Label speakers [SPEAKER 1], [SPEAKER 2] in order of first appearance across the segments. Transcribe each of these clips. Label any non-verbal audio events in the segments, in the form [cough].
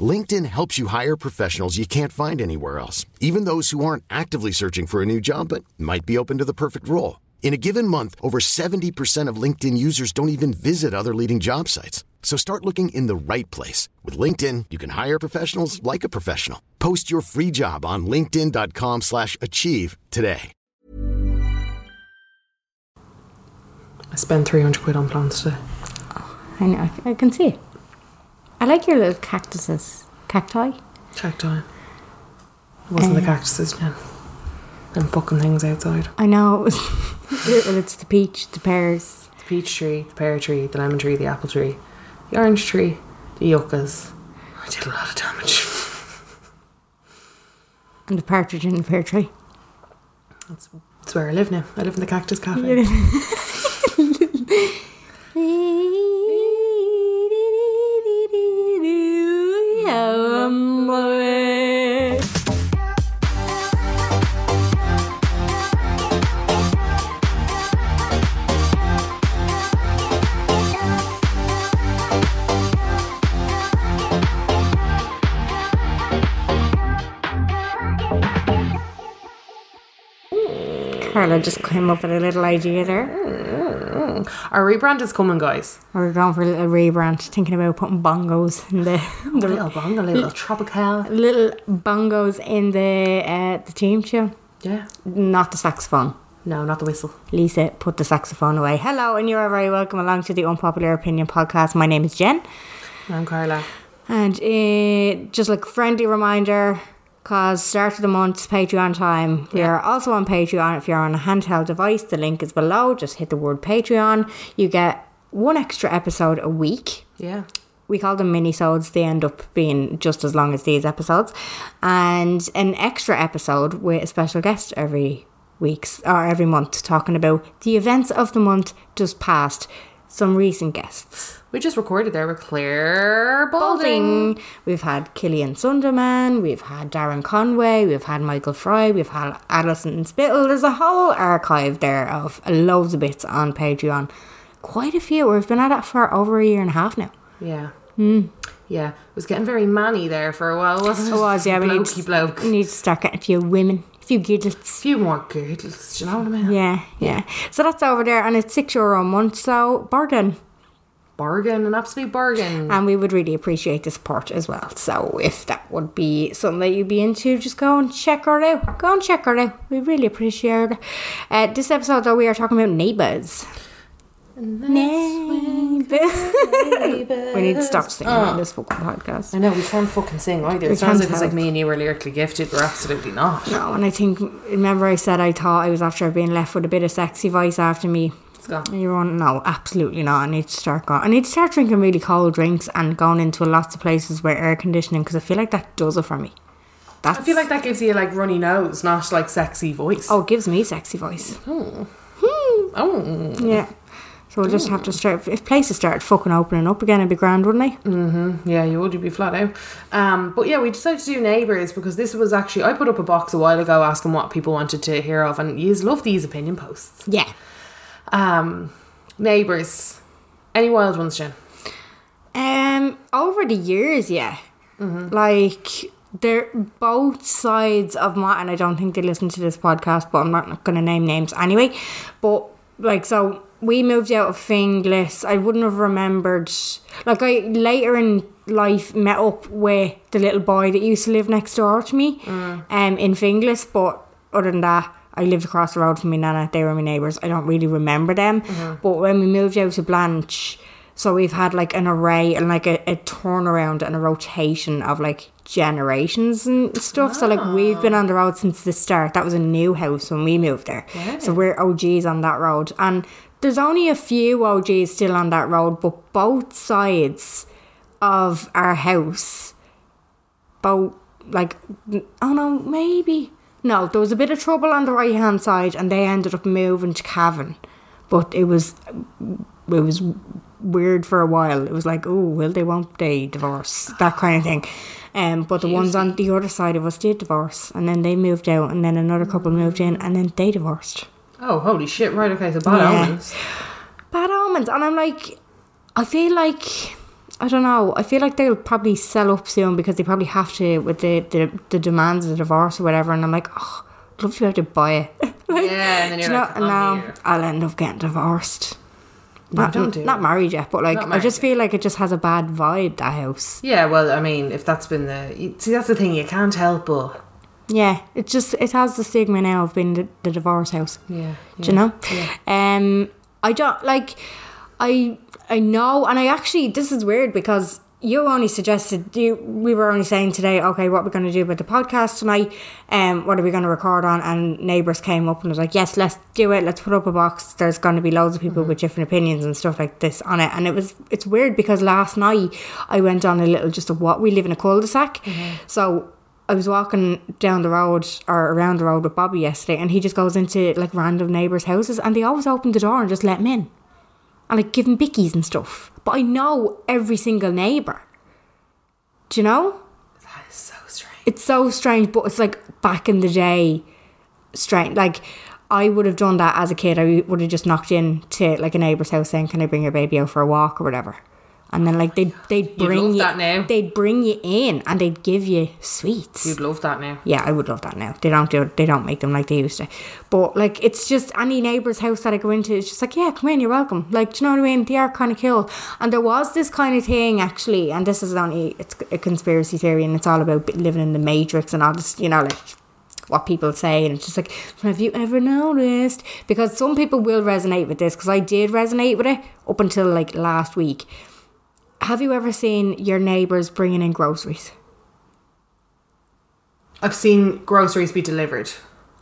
[SPEAKER 1] LinkedIn helps you hire professionals you can't find anywhere else, even those who aren't actively searching for a new job but might be open to the perfect role. In a given month, over 70% of LinkedIn users don't even visit other leading job sites. So start looking in the right place. With LinkedIn, you can hire professionals like a professional. Post your free job on linkedin.com/achieve slash achieve today.
[SPEAKER 2] I spent 300 quid on plants today.
[SPEAKER 3] I know. I can see it. I like your little cactuses. Cacti?
[SPEAKER 2] Cacti. It wasn't the cactuses, Jen. Them fucking things outside.
[SPEAKER 3] I know. [laughs] It was, well, it's the peach, the pears.
[SPEAKER 2] The peach tree, the pear tree, the lemon tree, the apple tree, the orange tree, the yuccas. I did a lot of damage.
[SPEAKER 3] And the partridge in the pear tree.
[SPEAKER 2] That's, that's where I live now. I live in the cactus cafe.
[SPEAKER 3] Carla just came up with a little idea there.
[SPEAKER 2] Mm. Our rebrand is coming, guys.
[SPEAKER 3] We're going for a little rebrand, thinking about putting bongos in the,
[SPEAKER 2] Little bong, a little tropical.
[SPEAKER 3] the little bongos in the uh, the team show.
[SPEAKER 2] Yeah.
[SPEAKER 3] Not the saxophone.
[SPEAKER 2] No, not the whistle.
[SPEAKER 3] Lisa, put the saxophone away. Hello, and you are very welcome along to the Unpopular Opinion podcast. My name is Jen.
[SPEAKER 2] I'm Carla.
[SPEAKER 3] And uh, just like friendly reminder, cause start of the month's Patreon time. We are also on Patreon. If you're on a handheld device, the link is below. Just hit the word Patreon. You get one extra episode a week.
[SPEAKER 2] Yeah.
[SPEAKER 3] We call them minisodes. They end up being just as long as these episodes, and an extra episode with a special guest every weeks or every month, talking about the events of the month just past. Some recent guests.
[SPEAKER 2] We just recorded there with Claire Balding.
[SPEAKER 3] Balding. We've had Killian Sunderman, we've had Darren Conway, we've had Michael Fry, we've had Alison Spittle. There's a whole archive there of loads of bits on Patreon. Quite a few. We've been at it for over a year and a half now.
[SPEAKER 2] Yeah. Yeah. It was getting very manny there for a while, wasn't it?
[SPEAKER 3] Hmm. It was, yeah. We need,
[SPEAKER 2] Blokey bloke.
[SPEAKER 3] we need to start getting a few women, a few giddits.
[SPEAKER 2] few more girdles, do you know what I mean?
[SPEAKER 3] Yeah, yeah. So that's over there, and it's six euro a month. So bargain.
[SPEAKER 2] Bargain, an absolute bargain.
[SPEAKER 3] And we would really appreciate the support as well. So if that would be something that you'd be into, just go and check her out. Go and check her out. We really appreciate it. Uh, this episode, though, we are talking about neighbours. Neighbours. [laughs] we need to stop singing on this fucking podcast.
[SPEAKER 2] I know, we can't fucking sing either. It sounds like it's like me and you were lyrically gifted. We're absolutely not.
[SPEAKER 3] No, and I think, remember I said I thought I was after being left with a bit of sexy voice after me.
[SPEAKER 2] It's gone.
[SPEAKER 3] You're on, no, absolutely not. I need to start going. I need to start drinking really cold drinks and going into lots of places where air conditioning because I feel like that does it for me. That's,
[SPEAKER 2] I feel like that gives you like runny nose, not like sexy voice.
[SPEAKER 3] Oh, it gives me sexy voice.
[SPEAKER 2] oh.
[SPEAKER 3] Yeah. So we'll just have to start. If places started fucking opening up again, it'd be grand, wouldn't
[SPEAKER 2] Mm.
[SPEAKER 3] they?
[SPEAKER 2] Yeah, you would. You'd be flat out. Um, but yeah, we decided to do neighbours because this was actually I put up a box a while ago asking what people wanted to hear of, and you love these opinion posts.
[SPEAKER 3] Yeah.
[SPEAKER 2] Um, neighbours, any wild ones, Jen?
[SPEAKER 3] Um, over the years, yeah. Like they're both sides of my, and I don't think they listen to this podcast, but I'm not going to name names anyway. But like, so we moved out of Finglas. I wouldn't have remembered. Like, I later in life met up with the little boy that used to live next door to me, um, in Finglas. But other than that. I lived across the road from my nana. They were my neighbours. I don't really remember them. But when we moved out to Blanche, so we've had like an array and like a, a turnaround and a rotation of like generations and stuff. So like we've been on the road since the start. That was a new house when we moved there. So we're OGs on that road. And there's only a few OGs still on that road, but both sides of our house, both like, oh no, maybe. No, there was a bit of trouble on the right hand side, and they ended up moving to Cavan. But it was it was weird for a while. It was like, oh, will they, won't they divorce? That kind of thing. Um, but the ones on the other side of us did divorce, and then they moved out, and then another couple moved in, and then they divorced.
[SPEAKER 2] Oh, holy shit! Right, okay, so bad
[SPEAKER 3] Yeah. [laughs]
[SPEAKER 2] omens.
[SPEAKER 3] Bad omens, and I'm like, I feel like. I don't know. I feel like they'll probably sell up soon because they probably have to with the, the, the demands of the divorce or whatever. And I'm like, oh, I'd love to be able to buy it. [laughs] Like,
[SPEAKER 2] Yeah, and then
[SPEAKER 3] do
[SPEAKER 2] you're
[SPEAKER 3] you know,
[SPEAKER 2] like,
[SPEAKER 3] no,
[SPEAKER 2] "I'm here."
[SPEAKER 3] I'll end up getting divorced. not,
[SPEAKER 2] don't do
[SPEAKER 3] not
[SPEAKER 2] it.
[SPEAKER 3] married yet, but like
[SPEAKER 2] Not
[SPEAKER 3] I just
[SPEAKER 2] married
[SPEAKER 3] feel like it just has a bad vibe. That house.
[SPEAKER 2] Yeah, well, I mean, if that's been the you- see, that's the thing you can't help but
[SPEAKER 3] Yeah, it just it has the stigma now of being the, the divorce house.
[SPEAKER 2] yeah,
[SPEAKER 3] Do you know? Um, I don't like. I I know, and I actually this is weird because you only suggested you. We were only saying today, okay, what we're going to do about the podcast tonight? Um, what are we going to record on? And neighbors came up and was like, yes, let's do it. Let's put up a box. There's going to be loads of
[SPEAKER 2] Mm-hmm.
[SPEAKER 3] people with different opinions and stuff like this on it. And it was it's weird because last night I went on a little just a what we live in a cul-de-sac,
[SPEAKER 2] Mm-hmm.
[SPEAKER 3] so I was walking down the road or around the road with Bobby yesterday, and he just goes into like random neighbours' houses, and they always open the door and just let him in, and like give him bickies and stuff. But I know every single neighbour. Do you know?
[SPEAKER 2] That is so strange.
[SPEAKER 3] It's so strange, but it's like back in the day, strange. Like I would have done that as a kid. I would have just knocked in to like a neighbour's house saying, "Can I bring your baby out for a walk or whatever?" And then like they would they'd
[SPEAKER 2] You'd
[SPEAKER 3] bring
[SPEAKER 2] love
[SPEAKER 3] you
[SPEAKER 2] that now.
[SPEAKER 3] they'd bring you in and they'd give you sweets.
[SPEAKER 2] You'd love that now.
[SPEAKER 3] Yeah, I would love that now. They don't do they don't make them like they used to. But like it's just any neighbour's house that I go into, it's just like, yeah, come in, you're welcome. Like, do you know what I mean? They are kinda cool. And there was this kind of thing actually, and this is only it's a conspiracy theory and it's all about living in the matrix and all this, you know, like what people say and it's just like have you ever noticed because some people will resonate with this because I did resonate with it up until like last week have you ever seen your neighbors bringing in groceries
[SPEAKER 2] I've seen groceries be delivered,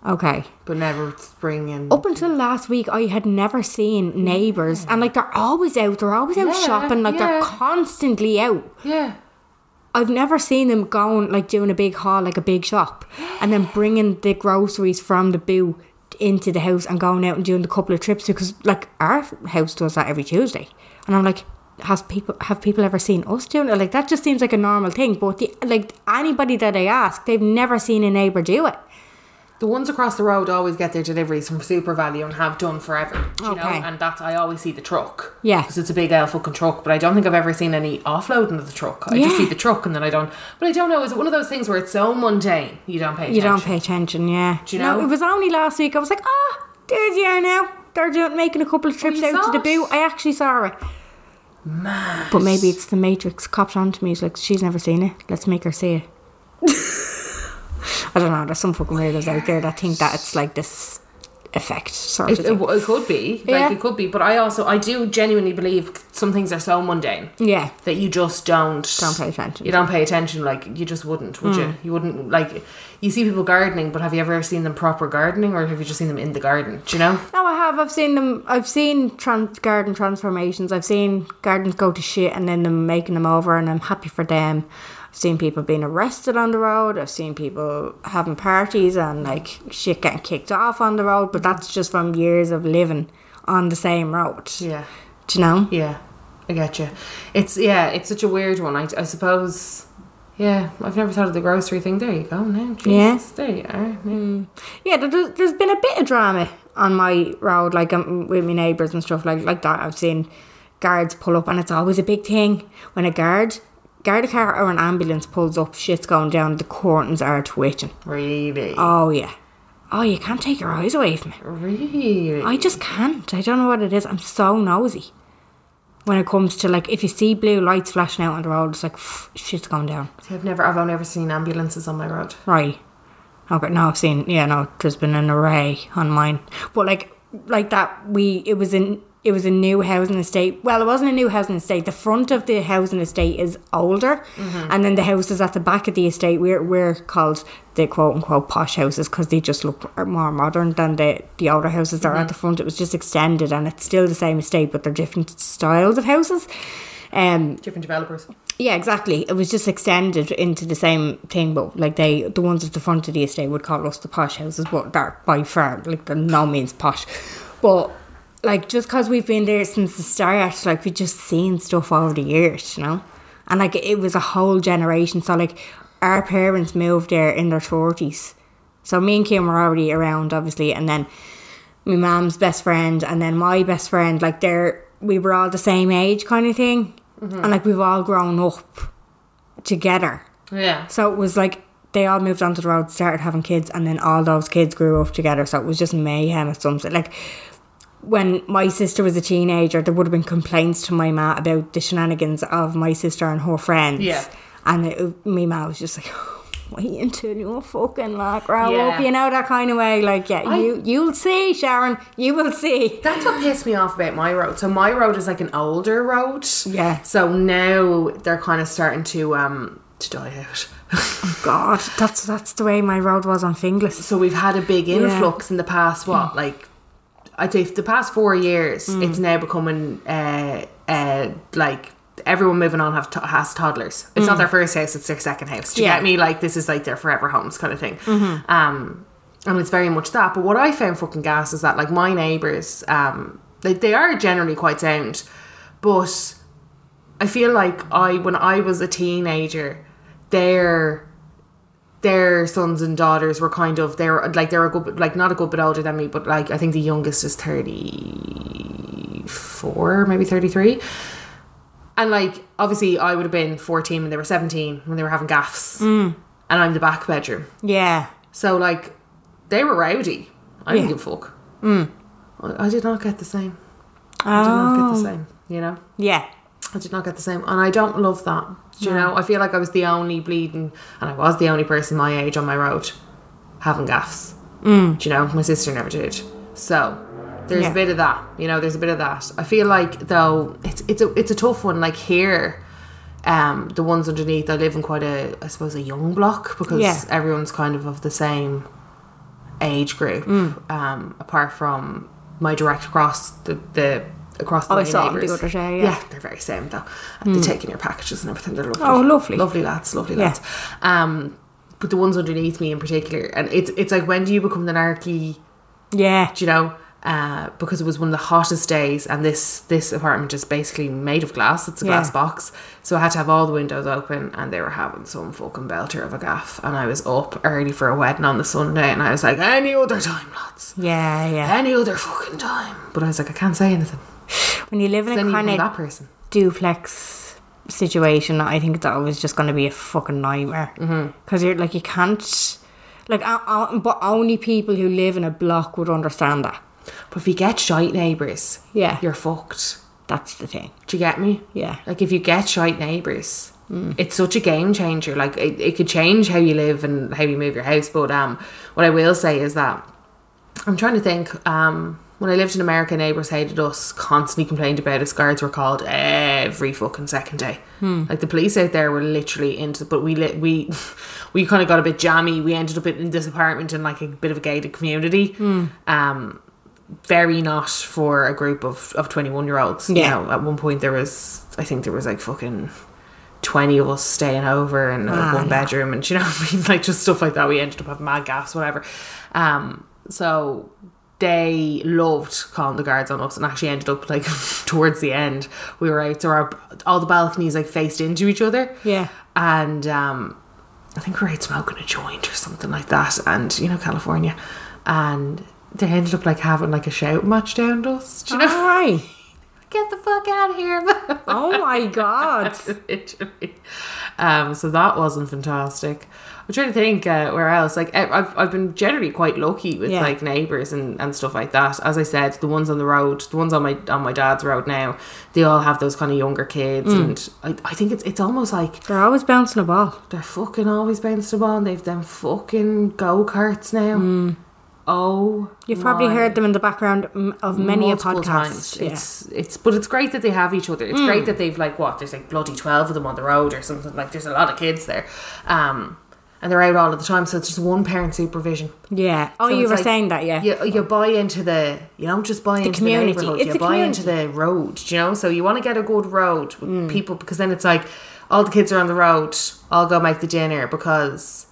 [SPEAKER 3] okay
[SPEAKER 2] but never bringing.
[SPEAKER 3] up until last week I had never seen neighbours and like they're always out, they're always out
[SPEAKER 2] Yeah,
[SPEAKER 3] shopping, like they're
[SPEAKER 2] yeah.
[SPEAKER 3] constantly out.
[SPEAKER 2] Yeah,
[SPEAKER 3] I've never seen them going like doing a big haul, like a
[SPEAKER 2] [gasps]
[SPEAKER 3] big shop, and then bringing the groceries from the boo into the house and going out and doing the couple of trips because like our house does that every Tuesday, and I'm like, has people have people ever seen us doing it? Like that just seems like a normal thing, but the, like anybody that I ask, they've never seen a neighbour do it.
[SPEAKER 2] the ones across the road always get their deliveries from Super Value and have done forever. do You know,
[SPEAKER 3] Okay.
[SPEAKER 2] and that's I always see the truck.
[SPEAKER 3] Yeah.
[SPEAKER 2] because it's a big L fucking truck. But I don't think I've ever seen any offloading of the truck. I just
[SPEAKER 3] Yeah.
[SPEAKER 2] see the truck and then I don't. But I don't know. Is it one of those things where it's so mundane you don't pay? Attention?
[SPEAKER 3] You don't pay attention, yeah.
[SPEAKER 2] Do you
[SPEAKER 3] No,
[SPEAKER 2] know?
[SPEAKER 3] it was only last week. I was like, ah, there's you now. They're doing making a couple of trips
[SPEAKER 2] Oh, you
[SPEAKER 3] out to
[SPEAKER 2] saw
[SPEAKER 3] the
[SPEAKER 2] it?
[SPEAKER 3] boo. I actually saw it. But maybe it's the Matrix copped onto me. It's like, she's never seen it. Let's make her see it.
[SPEAKER 2] [laughs]
[SPEAKER 3] I don't know. There's some fucking weirdos out there that think that it's like this effect sort
[SPEAKER 2] It,
[SPEAKER 3] of
[SPEAKER 2] it,
[SPEAKER 3] thing.
[SPEAKER 2] w- it could be,
[SPEAKER 3] Yeah.
[SPEAKER 2] like it could be, but I also I do genuinely believe some things are so mundane
[SPEAKER 3] Yeah.
[SPEAKER 2] that you just don't
[SPEAKER 3] Don't pay attention. Mm.
[SPEAKER 2] You don't pay attention, like you just wouldn't, would you? You wouldn't like you see people gardening, but have you ever seen them proper gardening, or have you just seen them in the garden? Do you know?
[SPEAKER 3] No, I have. I've seen them. I've seen trans- garden transformations. I've seen gardens go to shit and then them making them over, and I'm happy for them. I've seen people being arrested on the road. I've seen people having parties and like shit getting kicked off on the road, but that's just from years of living on the same road.
[SPEAKER 2] Yeah,
[SPEAKER 3] Do you know?
[SPEAKER 2] yeah, I get you. It's yeah, it's such a weird one. I, I suppose. Yeah, I've never thought of the grocery thing. There you go. Now, Jesus,
[SPEAKER 3] Yeah.
[SPEAKER 2] there you are. Yeah.
[SPEAKER 3] Yeah, there- there's, there's been a bit of drama on my road, like um, with my neighbours and stuff like like that. I've seen guards pull up, and it's always a big thing when a guard, guard a car or an ambulance pulls up. Shit's going down. The curtains are twitching.
[SPEAKER 2] Really,
[SPEAKER 3] Oh yeah, oh you can't take your eyes away from it.
[SPEAKER 2] really.
[SPEAKER 3] I just can't. I don't know what it is. I'm so nosy when it comes to like if you see blue lights flashing out on the road, it's like pff, shit's going down.
[SPEAKER 2] See, I've never, I've only ever seen ambulances on my road.
[SPEAKER 3] Right. Okay. No, I've seen. Yeah, no, there's been an array on mine, but like, like that. We it was in it was a new housing estate. Well, it wasn't a new housing estate. The front of the housing estate is older, and then the houses at the back of the estate we're we're called the quote unquote posh houses because they just look more modern than the the older houses that are at the front. It was just extended, and it's still the same estate, but they're different styles of houses. Um,
[SPEAKER 2] Different developers.
[SPEAKER 3] Yeah, exactly. It was just extended into the same thing, but like they, the ones at the front of the estate would call us the posh houses, but they're by far like they're no means posh. But like just because we've been there since the start, like we've just seen stuff over the years, you know. And like it was a whole generation. So like our parents moved there in their forties, so me and Kim were already around, obviously, and then my mom's best friend and then my best friend, like they're we were all the same age kind of thing. And like we've all grown up together.
[SPEAKER 2] Yeah.
[SPEAKER 3] So it was like they all moved onto the road, started having kids, and then all those kids grew up together. So it was just mayhem at some sort. Like when my sister was a teenager, there would have been complaints to my ma about the shenanigans of my sister and her friends.
[SPEAKER 2] Yeah.
[SPEAKER 3] And it, my ma was just like, wait until you fucking like grow up,
[SPEAKER 2] Yeah.
[SPEAKER 3] you know, that kind of way. Like, yeah,
[SPEAKER 2] I-
[SPEAKER 3] you, you'll see, Sharon, you will see.
[SPEAKER 2] That's what pissed me off about my road. So my road is like an older road.
[SPEAKER 3] Yeah.
[SPEAKER 2] So now they're kind of starting to um to die out. [laughs]
[SPEAKER 3] God, that's that's the way my road was on Finglas.
[SPEAKER 2] so we've had a big influx in the past what like I'd say the past four years. It's now becoming uh uh like. Everyone moving on have to- has toddlers. It's not their first house; it's their second house. Do you
[SPEAKER 3] Yeah.
[SPEAKER 2] get me? Like this is like their forever homes kind of thing. Um, and it's very much that. But what I found fucking gas is that like my neighbors, um, they they are generally quite sound, but I feel like I when I was a teenager, their their sons and daughters were kind of they're like they're a good bit- like not a good bit older than me, but like I think the youngest is thirty four, maybe thirty three. And like obviously I would have been fourteen when they were seventeen when they were having gaffs. And I'm the back bedroom.
[SPEAKER 3] Yeah.
[SPEAKER 2] So like, they were rowdy. I didn't give a fuck. Mm. I, I did not get the same. I did not get the same. You know,
[SPEAKER 3] Yeah.
[SPEAKER 2] I did not get the same, and I don't love that. Do you know, I feel like I was the only bleeding, and I was the only person my age on my road having gaffs. Do you know, my sister never did. So there's
[SPEAKER 3] Mm. Yeah.
[SPEAKER 2] a bit of that. You know, there's a bit of that. I feel like though it's it's a it's a tough one. Like here. Um, the ones underneath, I live in quite a, I suppose, a young block because
[SPEAKER 3] Yeah.
[SPEAKER 2] everyone's kind of of the same age group,
[SPEAKER 3] Mm.
[SPEAKER 2] um, apart from my direct across the, the across the
[SPEAKER 3] Oh, I
[SPEAKER 2] main
[SPEAKER 3] saw them the
[SPEAKER 2] neighbours.
[SPEAKER 3] other day, yeah.
[SPEAKER 2] they're very same though. And They take in your packages and everything. They're lovely.
[SPEAKER 3] Hmm. Oh, lovely.
[SPEAKER 2] lovely lads, lovely
[SPEAKER 3] Yeah.
[SPEAKER 2] lads. Um, but the ones underneath me in particular, and it's it's like when do you become the narky?
[SPEAKER 3] Yeah.
[SPEAKER 2] Do you know? Uh, because it was one of the hottest days, and this this apartment is basically made of glass. It's a
[SPEAKER 3] Yeah.
[SPEAKER 2] glass box, so I had to have all the windows open, and they were having some fucking belter of a gaff. And I was up early for a wedding on the Sunday, and I was like, any other time, lads,
[SPEAKER 3] Yeah, yeah.
[SPEAKER 2] any other fucking time. But I was like, I can't say anything.
[SPEAKER 3] When you live in
[SPEAKER 2] Then
[SPEAKER 3] a
[SPEAKER 2] you
[SPEAKER 3] kind
[SPEAKER 2] become
[SPEAKER 3] of
[SPEAKER 2] that person.
[SPEAKER 3] duplex situation, I think that was just going to be a fucking nightmare.
[SPEAKER 2] Mm-hmm.
[SPEAKER 3] Because you're like, you can't. Like, I, I, but only people who live in a block would understand that.
[SPEAKER 2] But if you get shite neighbours,
[SPEAKER 3] Yeah.
[SPEAKER 2] you're fucked.
[SPEAKER 3] That's the thing.
[SPEAKER 2] Do you get me? [laughs]
[SPEAKER 3] Yeah. Mm.
[SPEAKER 2] Like if you get shite neighbors, it's such a game changer. Like it, it could change how you live and how you move your house. But um, what I will say is that I'm trying to think. Um, when I lived in America, neighbors hated us, constantly complained about us. Guards were called every fucking second day.
[SPEAKER 3] Hmm.
[SPEAKER 2] Like the police out there were literally into. But we lit we [laughs] we kind of got a bit jammy. We ended up in this apartment in like a bit of a gated community.
[SPEAKER 3] Hmm.
[SPEAKER 2] Um, very not for a group of of twenty one year olds. You
[SPEAKER 3] Yeah.
[SPEAKER 2] know, at one point there was I think there was like fucking. 20 of us staying over in uh, one bedroom and [laughs] you know what I mean like just stuff like that we ended up having mad gaffes whatever um so they loved calling the guards on us and actually ended up like [laughs] towards the end we were out so our all the balconies like faced into each other
[SPEAKER 3] Yeah.
[SPEAKER 2] and um I think we were out smoking a joint or something like that and you know California and they ended up like having like a shout match down to us do you know
[SPEAKER 3] All right.
[SPEAKER 2] get the fuck out of here [laughs]
[SPEAKER 3] Oh my God.
[SPEAKER 2] literally. Um, so that wasn't fantastic. I'm trying to think uh, where else. Like I- I've, I've been generally quite lucky with
[SPEAKER 3] Yeah.
[SPEAKER 2] like neighbors and, and stuff like that. As I said, the ones on the road, the ones on my on my dad's road now, they all have those kind of younger kids,
[SPEAKER 3] Mm.
[SPEAKER 2] and I, I think it's it's almost like
[SPEAKER 3] They're always bouncing a ball.
[SPEAKER 2] they're fucking always bounced the ball. And they've them fucking go karts now. Oh,
[SPEAKER 3] You've probably
[SPEAKER 2] my
[SPEAKER 3] heard them in the background m- of many a
[SPEAKER 2] multiple
[SPEAKER 3] podcast.
[SPEAKER 2] times.
[SPEAKER 3] Yeah. Mm.
[SPEAKER 2] It's it's but it's great that they have each other. It's great that they've like what there's like bloody twelve of them on the road or something. Like there's a lot of kids there, um, and they're out all of the time. So it's just one parent supervision.
[SPEAKER 3] yeah. Oh,
[SPEAKER 2] So
[SPEAKER 3] you
[SPEAKER 2] it's
[SPEAKER 3] were
[SPEAKER 2] like
[SPEAKER 3] saying that, yeah.
[SPEAKER 2] You, you buy into the you don't just buy into
[SPEAKER 3] community. Mm.
[SPEAKER 2] the neighborhood.
[SPEAKER 3] It's
[SPEAKER 2] you
[SPEAKER 3] the
[SPEAKER 2] buy into the road. You know, so you want to get a good road with people because then it's like. all the kids are on the road. I'll go make the dinner because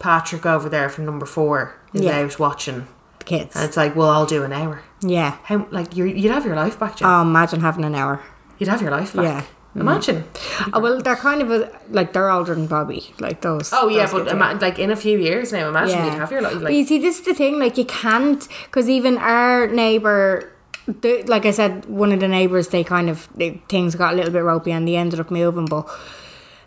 [SPEAKER 2] Patrick over there from number four is
[SPEAKER 3] Yeah.
[SPEAKER 2] out watching.
[SPEAKER 3] The kids.
[SPEAKER 2] And it's like, well, I'll do an hour.
[SPEAKER 3] yeah.
[SPEAKER 2] How like you you'd have your life back, Jim.
[SPEAKER 3] Oh, imagine having
[SPEAKER 2] [laughs]
[SPEAKER 3] an hour.
[SPEAKER 2] you'd have your life back.
[SPEAKER 3] yeah. Mm.
[SPEAKER 2] Imagine.
[SPEAKER 3] Oh, well, they're kind of a, like they're older than Bobby, like those.
[SPEAKER 2] Oh yeah,
[SPEAKER 3] those
[SPEAKER 2] but
[SPEAKER 3] kids are.
[SPEAKER 2] ima- like in a few years now, imagine you'd have your life.
[SPEAKER 3] But you
[SPEAKER 2] Like,
[SPEAKER 3] see, this is the thing. Like, you can't because even our neighbor, the, like I said, one of the neighbors, they kind of they, things got a little bit ropey and they ended up moving. But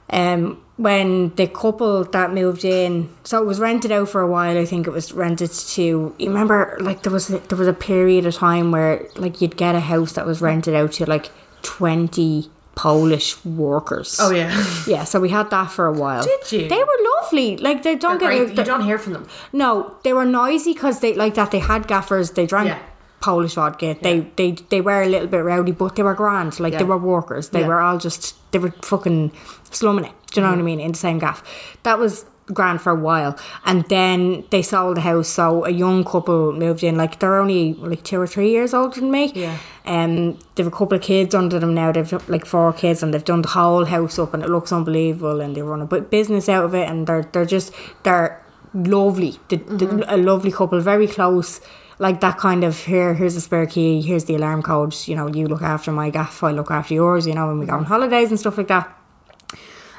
[SPEAKER 3] um, when the couple that moved in, so it was rented out for a while. I think it was rented to. You remember, like there was there was a period of time where like you'd get a house that was rented out to like twenty Polish workers.
[SPEAKER 2] oh yeah,
[SPEAKER 3] Yeah, so we had that for a while.
[SPEAKER 2] Did you?
[SPEAKER 3] They were lovely. Like they [laughs] don't
[SPEAKER 2] Great,
[SPEAKER 3] get
[SPEAKER 2] you don't hear from them.
[SPEAKER 3] no, they were noisy because they like that. They had gaffers. They drank
[SPEAKER 2] Yeah.
[SPEAKER 3] Polish vodka. They they they were a little bit rowdy, but they were grand. Like
[SPEAKER 2] Yeah.
[SPEAKER 3] they were workers. They
[SPEAKER 2] Yeah. Mm-hmm.
[SPEAKER 3] were all just they were fucking slumming it. Do you know what I mean? In the same gaff. That was grand for a while, and then they sold the house. So a young couple moved in. Like they're only like two or three years older than me.
[SPEAKER 2] Yeah.
[SPEAKER 3] Um, they've a couple of kids under them now. They've like four kids, and they've done the whole house up, and it looks unbelievable. And they run a bu- business out of it, and they're they're just they're lovely. The, the, a lovely couple, very close. Like that kind of here. Here's the spare key. Here's the alarm code. You know, you look after my gaff. I look after yours. You know, when we go on holidays and stuff like that.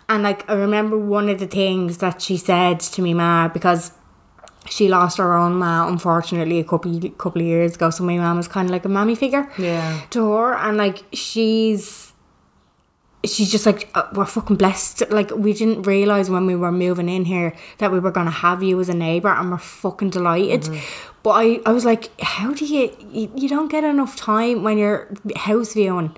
[SPEAKER 3] And like I remember one of the things that she said to me, ma, because she lost her own ma unfortunately a couple couple of years ago. So my mom is kind of like a mommy figure,
[SPEAKER 2] Yeah.
[SPEAKER 3] to her, and like she's. She's just like "Uh, we're fucking blessed. Like we didn't realize when we were moving in here that we were gonna have you as a neighbor, and we're fucking delighted. But I, I was like, how do you, you you don't get enough time when you're house viewing,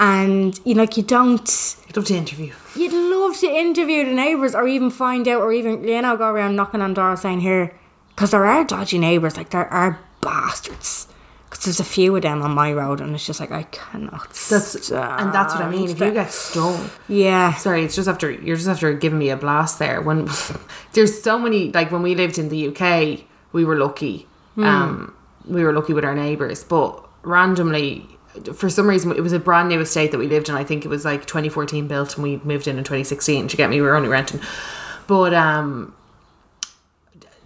[SPEAKER 3] and you like you don't
[SPEAKER 2] You'd love to interview.
[SPEAKER 3] You'd love to interview the neighbours or even find out or even, you know, go around knocking on doors saying here, because there are dodgy neighbours, like there are bastards. Because there's a few of them on my road and it's just like, I cannot.
[SPEAKER 2] That's and that's what I mean. If you get stung,
[SPEAKER 3] Yeah.
[SPEAKER 2] sorry, it's just after you're just after giving me a blast there. When [laughs] there's so many like when we lived in the UK, we were lucky. Um, we were lucky with our neighbours, but randomly, for some reason, it was a brand new estate that we lived in. I think it was like 2014 built, and we moved in in 2016. Do you get me? We were only renting, but um,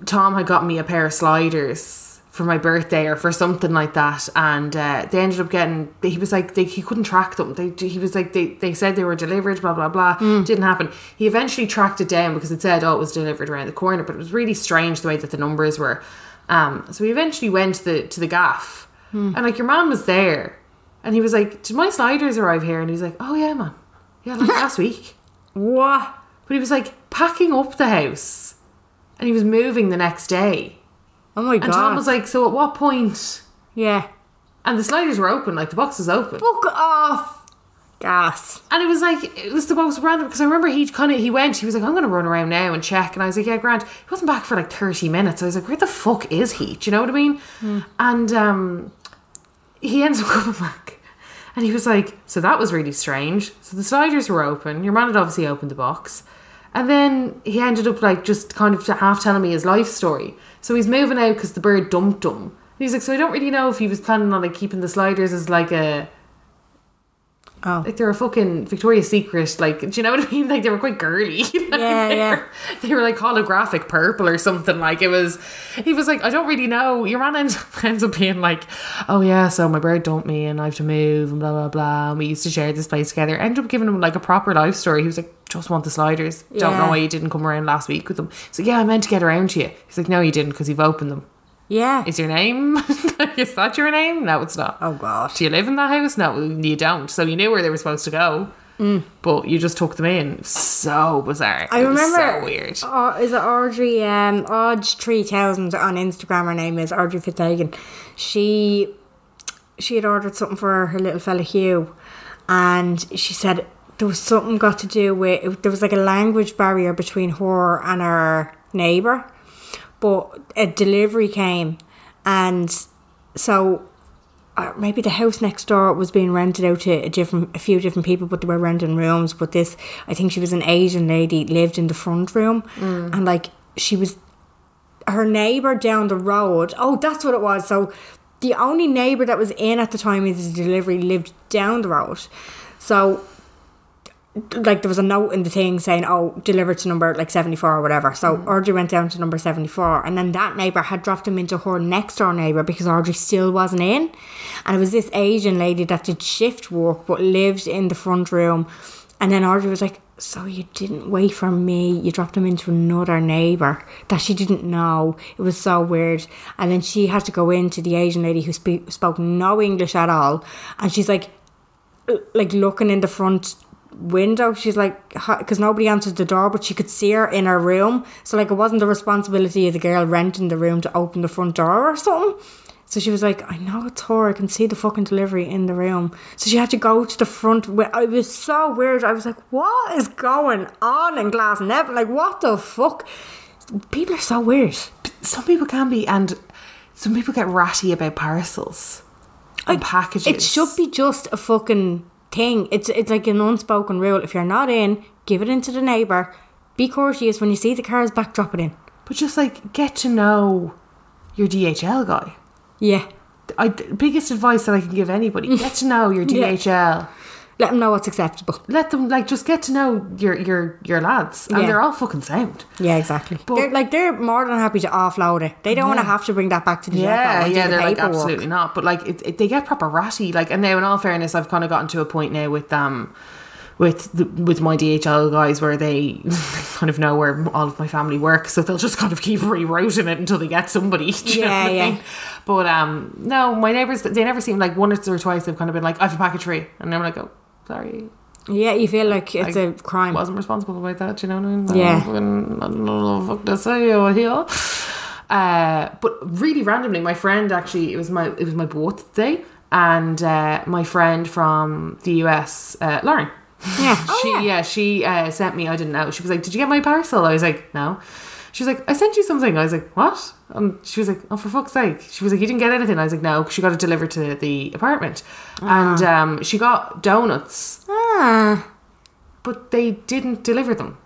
[SPEAKER 2] Tom had got me a pair of sliders for my birthday or for something like that, and uh, they ended up getting. He was like they, he couldn't track them. They, he was like they, they said they were delivered, blah blah blah. Didn't happen. He eventually tracked it down because it said oh it was delivered around the corner, but it was really strange the way that the numbers were. Um, so we eventually went to the to the gaff, and like your mom was there, and he was like, "Did my sliders arrive here?" And he was like, "Oh yeah, man, yeah, like last week."
[SPEAKER 3] What?
[SPEAKER 2] But he was like packing up the house, and he was moving the next day.
[SPEAKER 3] Oh my God.
[SPEAKER 2] And Tom was like, "So at what point?"
[SPEAKER 3] yeah.
[SPEAKER 2] And the sliders were open, like the box was open,
[SPEAKER 3] Fuck off. Gas.
[SPEAKER 2] and it was like it was the most random. Because I remember he kind of he went, he was like, "I'm gonna run around now and check," and I was like, "Yeah, Grant." He wasn't back for like thirty minutes. I was like, "Where the fuck is he?" Do you know what I mean? And um, he ends up coming back, and he was like, "So that was really strange." So the sliders were open. Your man had obviously opened the box, and then he ended up like just kind of half telling me his life story. So he's moving out because the bird dumped him. And he's like, "So I don't really know if he was planning on like keeping the sliders as like a."
[SPEAKER 3] Oh.
[SPEAKER 2] like they're a fucking Victoria's Secret. Like, do you know what I mean? Like they were quite girly. [laughs]
[SPEAKER 3] Yeah,
[SPEAKER 2] they
[SPEAKER 3] yeah.
[SPEAKER 2] Were, [laughs] they were like holographic purple or something. Like it was. He was like, I don't really know. Your man ends, [laughs] ends up being like, oh yeah, so my bird dumped me and I have to move and blah blah blah. And we used to share this place together. Ended up giving him like a proper life story. He was like, just want the sliders. Don't know
[SPEAKER 3] Yeah.
[SPEAKER 2] why you didn't come around last week with them. So yeah, I meant to get around to you. He's like, no, you didn't because you've opened them.
[SPEAKER 3] Yeah.
[SPEAKER 2] Is your name? [laughs] Is that your name? No, it's not.
[SPEAKER 3] Oh God.
[SPEAKER 2] Do you live in that house? No, you don't. So you knew where they were supposed to go, but you just took them in. So bizarre.
[SPEAKER 3] Mm. I
[SPEAKER 2] It was
[SPEAKER 3] remember.
[SPEAKER 2] so weird.
[SPEAKER 3] Au- is it Audrey? Um, Audge three thousand on Instagram. Her name is Audrey Fitzhagen. She she had ordered something for her little fella Hugh, and she said there was something got to do with it, there was like a language barrier between her and her neighbor, but a delivery came, and so uh, maybe the house next door was being rented out to a different a few different people but they were renting rooms but this i think she was an asian lady lived in the front room and like she was her neighbor down the road oh that's what it was so the only neighbor that was in at the time of the delivery lived down the road so like there was a note in the thing saying, "Oh, delivered to number like seventy four or whatever." So Audrey went down to number seventy four, and then that neighbor had dropped him into her next door neighbor because Audrey still wasn't in, and it was this Asian lady that did shift work but lived in the front room, and then Audrey was like. So you didn't wait for me. You dropped him into another neighbor that she didn't know. It was so weird. And then she had to go in to the Asian lady who spe- spoke no English at all, and she's like, like looking in the front window. She's like, because nobody answered the door, but she could see her in her room. So like, it wasn't the responsibility of the girl renting the room to open the front door or something. So she was like, I know it's her. I can see the fucking delivery in the room. So she had to go to the front. wi- It was so weird. I was like, what is going on in Glass Nevin? Like, what the fuck? People are so weird.
[SPEAKER 2] Some people can be, and some people get ratty about parcels and packages.
[SPEAKER 3] It should be just a fucking thing. It's it's like an unspoken rule. If you're not in, give it in to the neighbour. Be courteous when you see the cars back, drop it in.
[SPEAKER 2] But just like get to know your DHL guy.
[SPEAKER 3] Yeah.
[SPEAKER 2] I, the biggest advice that I can give
[SPEAKER 3] [laughs]
[SPEAKER 2] anybody: get to know your
[SPEAKER 3] Yeah.
[SPEAKER 2] DHL.
[SPEAKER 3] Let them know what's acceptable.
[SPEAKER 2] Let them like just get to know your your your lads, and
[SPEAKER 3] Yeah.
[SPEAKER 2] they're all fucking sound.
[SPEAKER 3] Yeah, exactly.
[SPEAKER 2] But-
[SPEAKER 3] they're, like they're more than happy to offload it. They don't want to have to bring that back to the
[SPEAKER 2] Yeah,
[SPEAKER 3] depot and
[SPEAKER 2] yeah,
[SPEAKER 3] do the
[SPEAKER 2] they're like
[SPEAKER 3] paperwork.
[SPEAKER 2] absolutely not. But like, it, it, they get proper ratty. Like, and now, in all fairness, I've kind of gotten to a point now with um, with the, with my DHL guys where they [laughs] kind of know where all of my family works, so they'll just kind of keep rerouting it until they get somebody. [laughs] do you know
[SPEAKER 3] Yeah,
[SPEAKER 2] what I
[SPEAKER 3] yeah.
[SPEAKER 2] mean? But um, no, my neighbors they never seem like once or twice they've kind of been like, "I have a package for you," and I'm like, "Oh, sorry."
[SPEAKER 3] Yeah, you feel like it's
[SPEAKER 2] I
[SPEAKER 3] a crime.
[SPEAKER 2] wasn't responsible about that, you know what I mean? Um,
[SPEAKER 3] Yeah.
[SPEAKER 2] I don't know what the fuck to say over here. Uh, but really randomly, my friend actually, it was my it was my birthday, and uh, my friend from the US, uh, Lauren.
[SPEAKER 3] Yeah. Oh,
[SPEAKER 2] [laughs] she yeah,
[SPEAKER 3] yeah.
[SPEAKER 2] she uh, sent me. I didn't know. She was like, "Did you get my parcel?" I was like, "No." She was like, "I sent you something." I was like, "What?" And she was like, "Oh, for fuck's sake!" She was like, "You didn't get anything." I was like, "No," 'cause she got it delivered to the apartment, and um, she got donuts
[SPEAKER 3] Ah.
[SPEAKER 2] but they didn't deliver them.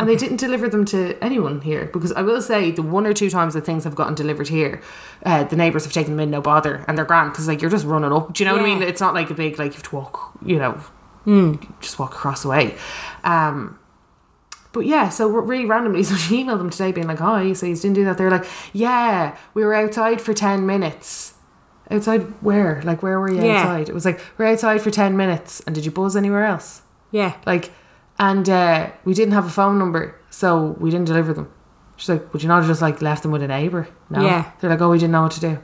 [SPEAKER 2] And they didn't deliver them to anyone here because I will say the one or two times that things have gotten delivered here, uh, the neighbours have taken them in no bother and they're grand because like you're just running up. Do you know what I
[SPEAKER 3] Yeah. Hmm.
[SPEAKER 2] mean? It's not like a big like you have to walk, you know, just walk across the way. Um, but yeah, so r- really randomly, [laughs] so she emailed them today being like, "Hi, so you didn't do that." They're like, "Yeah, we were outside for ten minutes." Outside where? Like where were you
[SPEAKER 3] Yeah.
[SPEAKER 2] outside? It was like we're outside for ten minutes. And did you buzz anywhere else?
[SPEAKER 3] Yeah.
[SPEAKER 2] Like, and uh, we didn't have a phone number, so we didn't deliver them. She's like, would you not have just like left them with a neighbor? No.
[SPEAKER 3] Yeah.
[SPEAKER 2] They're like, oh, we didn't know what to do.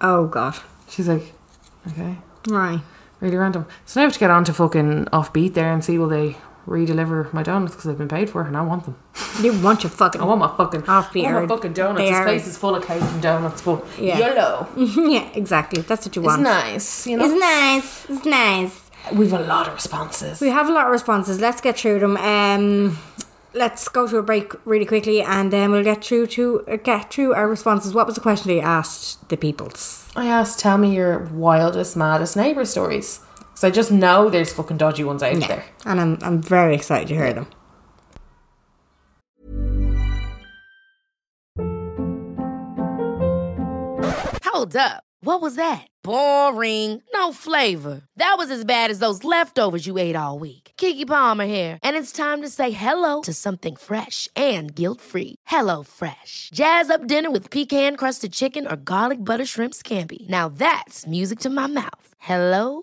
[SPEAKER 3] Oh god.
[SPEAKER 2] She's like, okay,
[SPEAKER 3] Right.
[SPEAKER 2] really random. So now I have to get on to fucking offbeat there and see will they re-deliver my donuts because they've been paid for and I want them.
[SPEAKER 3] You want your fucking
[SPEAKER 2] I want my fucking
[SPEAKER 3] Offbeat
[SPEAKER 2] I want
[SPEAKER 3] are-
[SPEAKER 2] my fucking donuts.
[SPEAKER 3] they
[SPEAKER 2] This
[SPEAKER 3] are-
[SPEAKER 2] place is full of cake and donuts, but
[SPEAKER 3] Yeah.
[SPEAKER 2] yellow.
[SPEAKER 3] [laughs] Yeah, exactly. That's what you want.
[SPEAKER 2] nice, you
[SPEAKER 3] It's nice. It's nice.
[SPEAKER 2] We've a lot of responses.
[SPEAKER 3] We have a lot of responses. Let's get through them. Um, let's go to a break really quickly, and then we'll get through to uh, get through our responses. What was the question that you asked the peoples?
[SPEAKER 2] I asked, tell me your wildest, maddest neighbor stories. Because I just know there's fucking dodgy ones out there.
[SPEAKER 3] And I'm I'm very excited to hear them.
[SPEAKER 4] Hold up. What was that? Boring. No flavor. That was as bad as those leftovers you ate all week. Kiki Palmer here, and it's time to say hello to something fresh and guilt-free. Hello Fresh. Jazz up dinner with pecan-crusted chicken or garlic butter shrimp scampi. Now that's music to my mouth. Hello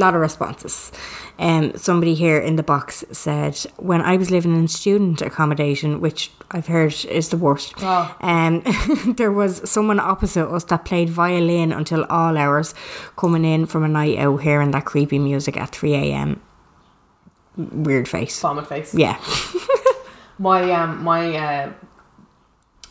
[SPEAKER 3] lot of responses. Um, somebody here in the box said, "When I was living in student accommodation, which I've heard is the worst, um, [laughs] there was someone opposite us that played violin until all hours, coming in from a night out, hearing that creepy music at three a.m. Weird face.
[SPEAKER 2] Vomit face.
[SPEAKER 3] Yeah.
[SPEAKER 2] My um my uh,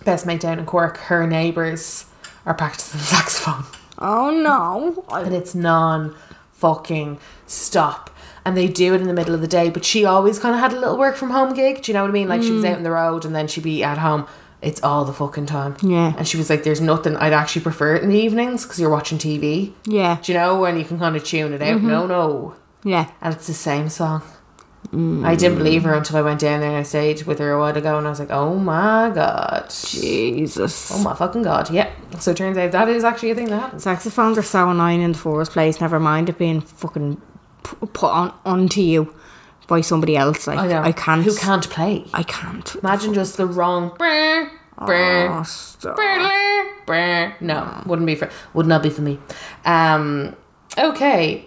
[SPEAKER 2] best mate down in Cork, her neighbours are practicing [laughs] saxophone,
[SPEAKER 3] [laughs] Oh no. I-
[SPEAKER 2] and it's non fucking stop. And they do it in the middle of the day, but she always kind of had a little work from home gig. Do you know what I mean? Like she was
[SPEAKER 3] Hmm.
[SPEAKER 2] out on the road and then she'd be at home. It's all the fucking time.
[SPEAKER 3] Yeah.
[SPEAKER 2] And she was like, "There's nothing. I'd actually prefer it in the evenings because you're watching TV.
[SPEAKER 3] Yeah.
[SPEAKER 2] Do you know when you can kind of tune it out?
[SPEAKER 3] Mm-hmm.
[SPEAKER 2] No, no."
[SPEAKER 3] Yeah.
[SPEAKER 2] and it's the same song.
[SPEAKER 3] Mm.
[SPEAKER 2] I didn't believe her until I went down there and I stayed with her a while ago, and I was like, "Oh my god,
[SPEAKER 3] Jesus.
[SPEAKER 2] oh my fucking god, yeah." So it turns out that is actually a thing that happens.
[SPEAKER 3] Saxophones are so annoying in the first place. Never mind it being fucking p- put on onto you by somebody else. Like I, can't.
[SPEAKER 2] Who can't play?
[SPEAKER 3] I can't.
[SPEAKER 2] Imagine just the wrong. brr, brr,
[SPEAKER 3] Oh, stop.
[SPEAKER 2] brr, brr. No, wouldn't be for. Would not be for me. Um. Okay,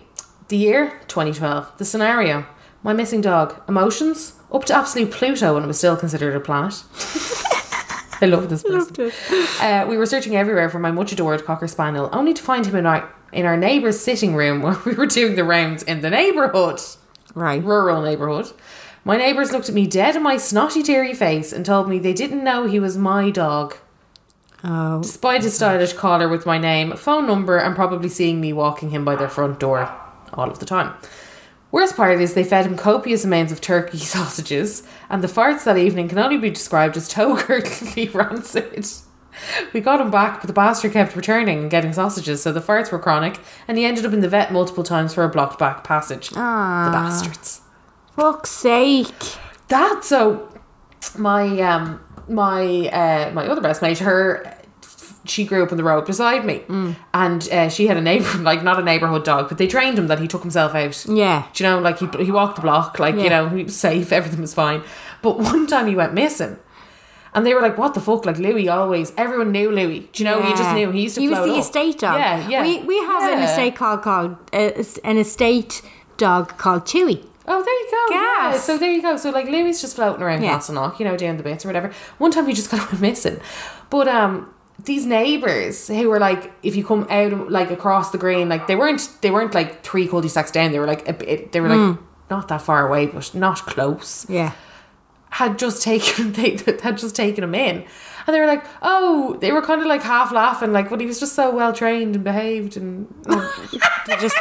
[SPEAKER 2] the year 2012. The scenario: my missing dog. Emotions up to absolute Pluto, and it was still considered a planet. [laughs] I love this person. Uh, we were searching everywhere for my much adored cocker spaniel, only to find him in our in our neighbour's sitting room [laughs] where we were doing the rounds in the neighbourhood,
[SPEAKER 3] Right.
[SPEAKER 2] rural neighbourhood. My neighbours looked at me dead in my snotty, teary face and told me they didn't know he was my dog.
[SPEAKER 3] Oh.
[SPEAKER 2] Despite his stylish collar with my name, phone number, and probably seeing me walking him by their front door all of the time. Worst part is they fed him copious amounts of turkey [laughs] sausages, and the farts that evening can only be described as [laughs] toe-curdlingly rancid. We got him back, but the bastard kept returning and getting sausages, so the farts were chronic, and he ended up in the vet multiple times for a blocked back passage. The bastards.
[SPEAKER 3] Fuck's sake.
[SPEAKER 2] That so my um my uh my other best mate her she grew up on the road beside me
[SPEAKER 3] Mm.
[SPEAKER 2] and uh, she had a neighbor [laughs] like not a neighborhood dog but they trained him that he took himself out
[SPEAKER 3] Yeah.
[SPEAKER 2] do you know like he, he walked the block like you
[SPEAKER 3] Yeah.
[SPEAKER 2] know he was safe [laughs] everything was fine but one time he went missing and they were like what the fuck like Louis always everyone knew Louis do Oh, you know he just
[SPEAKER 3] Yeah.
[SPEAKER 2] knew he used to
[SPEAKER 3] He was
[SPEAKER 2] float
[SPEAKER 3] the
[SPEAKER 2] up.
[SPEAKER 3] estate dog.
[SPEAKER 2] yeah yeah
[SPEAKER 3] We, we have an
[SPEAKER 2] Yeah.
[SPEAKER 3] estate called called uh, an estate dog called Chewy.
[SPEAKER 2] Oh, there you go. Yeah.
[SPEAKER 3] Gas.
[SPEAKER 2] So there you go. So like Louis just floating around
[SPEAKER 3] Yeah.
[SPEAKER 2] Castleknock, you know, doing the bits or whatever. One time he just [laughs] got away missing. But um these neighbours who were like, if you come out like across the green, like they weren't they weren't like three cul-de-sacs down, they were like a bit they were like not that far away, but not close
[SPEAKER 3] Hmm. Yeah.
[SPEAKER 2] had just taken [laughs] they had just taken him in and they were like oh they were kind of like half laughing like but he was just so well trained and behaved and
[SPEAKER 3] Just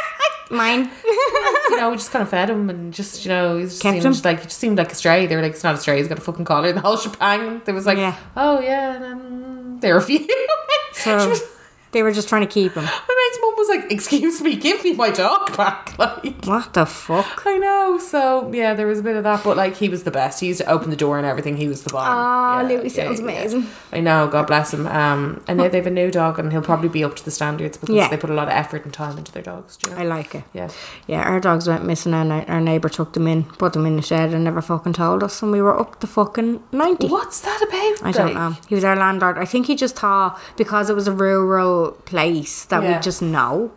[SPEAKER 3] mine.
[SPEAKER 2] [laughs] you know we just kind of fed him and just you know he just
[SPEAKER 3] Kept
[SPEAKER 2] seemed
[SPEAKER 3] him.
[SPEAKER 2] like he just seemed like a stray they were like it's not a stray he's got a fucking collar the whole shebang they was like
[SPEAKER 3] Yeah.
[SPEAKER 2] oh yeah and, um, there were a few [laughs] she
[SPEAKER 3] So
[SPEAKER 2] was,
[SPEAKER 3] they were just trying to keep him.
[SPEAKER 2] my mate's mum was like excuse me give me my dog back [laughs] like
[SPEAKER 3] What the fuck?
[SPEAKER 2] I know, so yeah, there was a bit of that, but like he was the best. He used to open the door and everything. He was the bomb.
[SPEAKER 3] Aw,
[SPEAKER 2] yeah,
[SPEAKER 3] Louis sounds amazing.
[SPEAKER 2] I know, God bless him. Um, and now they have a new dog, and he'll probably be up to the standards because
[SPEAKER 3] Yeah.
[SPEAKER 2] they put a lot of effort and time into their dogs. Do you know?
[SPEAKER 3] I like it.
[SPEAKER 2] yeah,
[SPEAKER 3] Yeah, our dogs went missing and our, our neighbour took them in, put them in the shed and never fucking told us and we were up the fucking 90.
[SPEAKER 2] what's that about?
[SPEAKER 3] I
[SPEAKER 2] like?
[SPEAKER 3] don't know. He was our landlord. I think he just thought because it was a rural place that
[SPEAKER 2] Yeah.
[SPEAKER 3] we just know.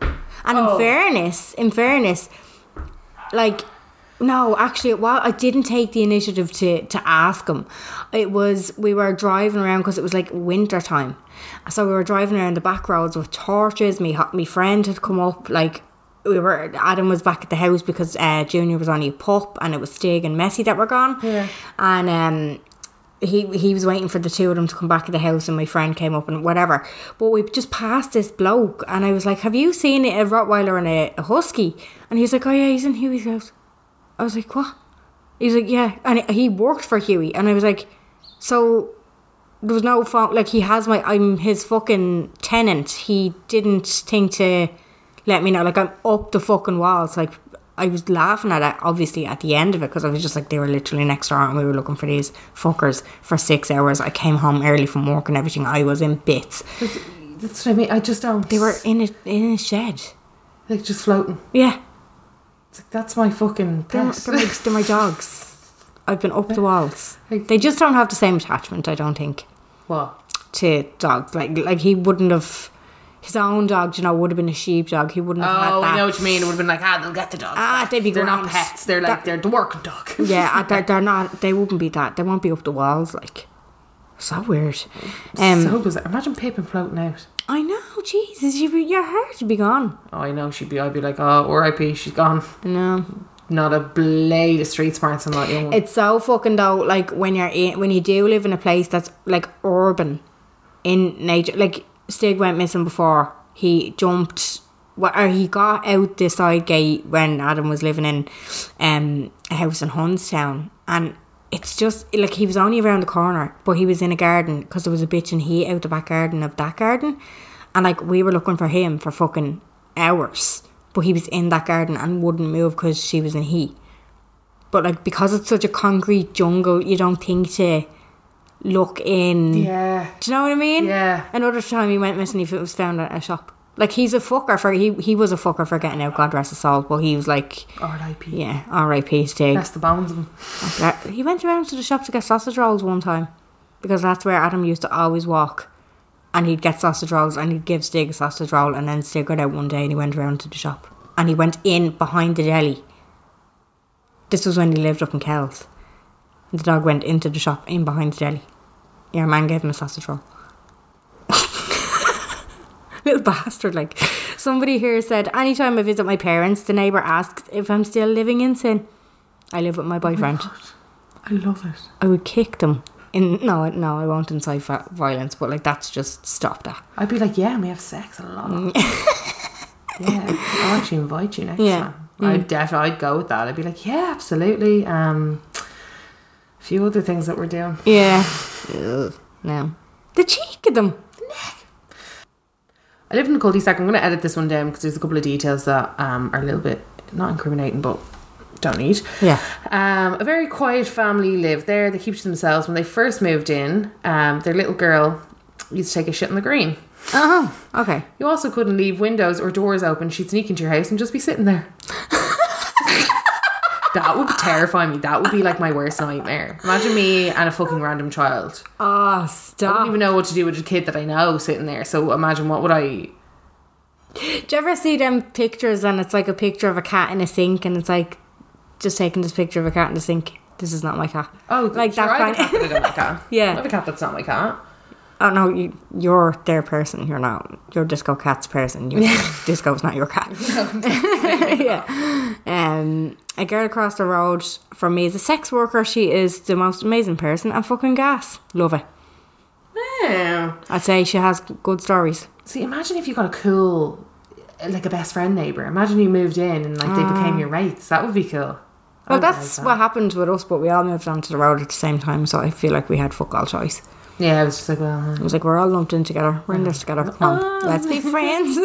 [SPEAKER 3] And in fairness, in fairness, like no, actually, well, I didn't take the initiative to to ask him. It was we were driving around because it was like winter time, so we were driving around the back roads with torches. Me, ho- me friend had come up like. We were Adam was back at the house because uh, Junior was only a pup and it was Stig and Messi that were gone. Yeah. And um, he he was waiting for the two of them to come back to the house and my friend came up and whatever but we just passed this bloke and I was like have you seen a Rottweiler and a, a Husky and he was like oh yeah he's in Huey's house I was like what he was like yeah and he worked for Huey and I was like so there was no fault like he has my I'm his fucking tenant he didn't think to let me know like I'm up the fucking walls like I was laughing at it obviously at the end of it because I was just like they were literally next door and we were looking for these fuckers for six hours I came home early from work and everything I was in bits
[SPEAKER 2] That's what I mean. I just don't.
[SPEAKER 3] they were in a in a shed
[SPEAKER 2] like just floating.
[SPEAKER 3] yeah
[SPEAKER 2] It's like, that's my fucking
[SPEAKER 3] they're, my-
[SPEAKER 2] pet.
[SPEAKER 3] they're, my, they're my dogs I've been up the walls they just don't have the same attachment I don't think
[SPEAKER 2] what?
[SPEAKER 3] to dogs. Like like he wouldn't have his own dog, you know, would have been a sheepdog. He wouldn't have
[SPEAKER 2] Oh,
[SPEAKER 3] had that.
[SPEAKER 2] I know what you mean. It would have been like, ah, they'll get the dogs.
[SPEAKER 3] Ah,
[SPEAKER 2] back.
[SPEAKER 3] they'd be
[SPEAKER 2] They're not
[SPEAKER 3] grand.
[SPEAKER 2] pets. They're like
[SPEAKER 3] That-
[SPEAKER 2] they're the working dog.
[SPEAKER 3] yeah, I- they're, they're not. They wouldn't be that. They won't be up the walls. Like so weird. Um,
[SPEAKER 2] so bizarre. Imagine Pippin floating out.
[SPEAKER 3] I know. Jesus, you, your heart would be gone.
[SPEAKER 2] Oh, I know she'd be. I'd be like, oh, R.I.P. She's gone.
[SPEAKER 3] No,
[SPEAKER 2] not a blade of street smarts on that young one.
[SPEAKER 3] It's so fucking though. Like when you're in, when you do live in a place that's like urban in nature. Like Stig went missing before. He jumped. Well, or he got out the side gate when Adam was living in um, a house in Hunstown, and it's just like he was only around the corner, but he was in a garden because there was a bitch and he out the back garden of that garden, and like we were looking for him for fucking hours, but he was in that garden and wouldn't move because she was in heat. But like because it's such a concrete jungle, you don't think to look in.
[SPEAKER 2] Yeah.
[SPEAKER 3] Do you know what I mean?
[SPEAKER 2] Yeah.
[SPEAKER 3] Another time he went missing, he was found at a shop. Like he's a fucker for he he was a fucker for getting out. God rest his soul. But he was like,
[SPEAKER 2] R.I.P.
[SPEAKER 3] yeah, R.I.P. Stig.
[SPEAKER 2] That's the bones of him.
[SPEAKER 3] That- He went around to the shop to get sausage rolls one time because that's where Adam used to always walk. And he'd get sausage rolls and he'd give Stig a sausage roll. And then Stig got out one day and he went around to the shop and he went in behind the deli. This was when he lived up in Kells. The dog went into the shop in behind the deli. Your man gave him a sausage roll. [laughs] Little bastard, like. Somebody here said, Anytime I visit my parents, the neighbour asks if I'm still living in sin. I live with my boyfriend.
[SPEAKER 2] I love it.
[SPEAKER 3] I would kick them. In no, no, I won't incite vi- violence, but like that's just stop that.
[SPEAKER 2] I'd be like, yeah, and we have sex a lot. yeah, I'll actually invite you next
[SPEAKER 3] Yeah.
[SPEAKER 2] time. I'd definitely I'd go with that. I'd be like, yeah, absolutely. Um, a few other things that we're doing.
[SPEAKER 3] Yeah. no. The cheek of them.
[SPEAKER 2] I live in a cul-de-sac. I'm going to edit this one down because there's a couple of details that um, are a little bit not incriminating, but don't need.
[SPEAKER 3] Yeah.
[SPEAKER 2] Um, a very quiet family lived there. They keep to themselves. When they first moved in, um, their little girl used to take a shit in the green.
[SPEAKER 3] Oh, okay.
[SPEAKER 2] You also couldn't leave windows or doors open. She'd sneak into your house and just be sitting there. that would terrify me. That would be like my worst nightmare. Imagine me and a fucking random child.
[SPEAKER 3] Oh,
[SPEAKER 2] I
[SPEAKER 3] stop.
[SPEAKER 2] don't even know what to do with a kid that I know sitting there. So imagine what would I?
[SPEAKER 3] Do you ever see them pictures and it's like a picture of a cat in a sink and it's like just taking this picture of a cat in the sink. This is not my cat.
[SPEAKER 2] Oh,
[SPEAKER 3] like
[SPEAKER 2] sure, I have a cat
[SPEAKER 3] that kind.
[SPEAKER 2] that I
[SPEAKER 3] [laughs]
[SPEAKER 2] don't like cat.
[SPEAKER 3] Yeah.
[SPEAKER 2] I have a cat that's not my cat.
[SPEAKER 3] oh no, you, you're their person. You're not. You're disco cat's person. You, [laughs] disco's not your cat. [laughs] Um, a girl across the road from me is a sex worker. She is the most amazing person and fucking gas. Love it.
[SPEAKER 2] Yeah.
[SPEAKER 3] I'd say she has good stories.
[SPEAKER 2] See, imagine if you got a cool, like a best friend neighbor. Imagine you moved in and like
[SPEAKER 3] Mm.
[SPEAKER 2] they became your mates. That would be cool.
[SPEAKER 3] Well,
[SPEAKER 2] I'd
[SPEAKER 3] that's
[SPEAKER 2] like
[SPEAKER 3] what happened with us, but we all moved onto the road at the same time, so I feel like we had fuck all choice.
[SPEAKER 2] that. Yeah, I was just like, well, uh, huh.
[SPEAKER 3] It was like we're all lumped in together, we're in this together. Come on, let's be friends.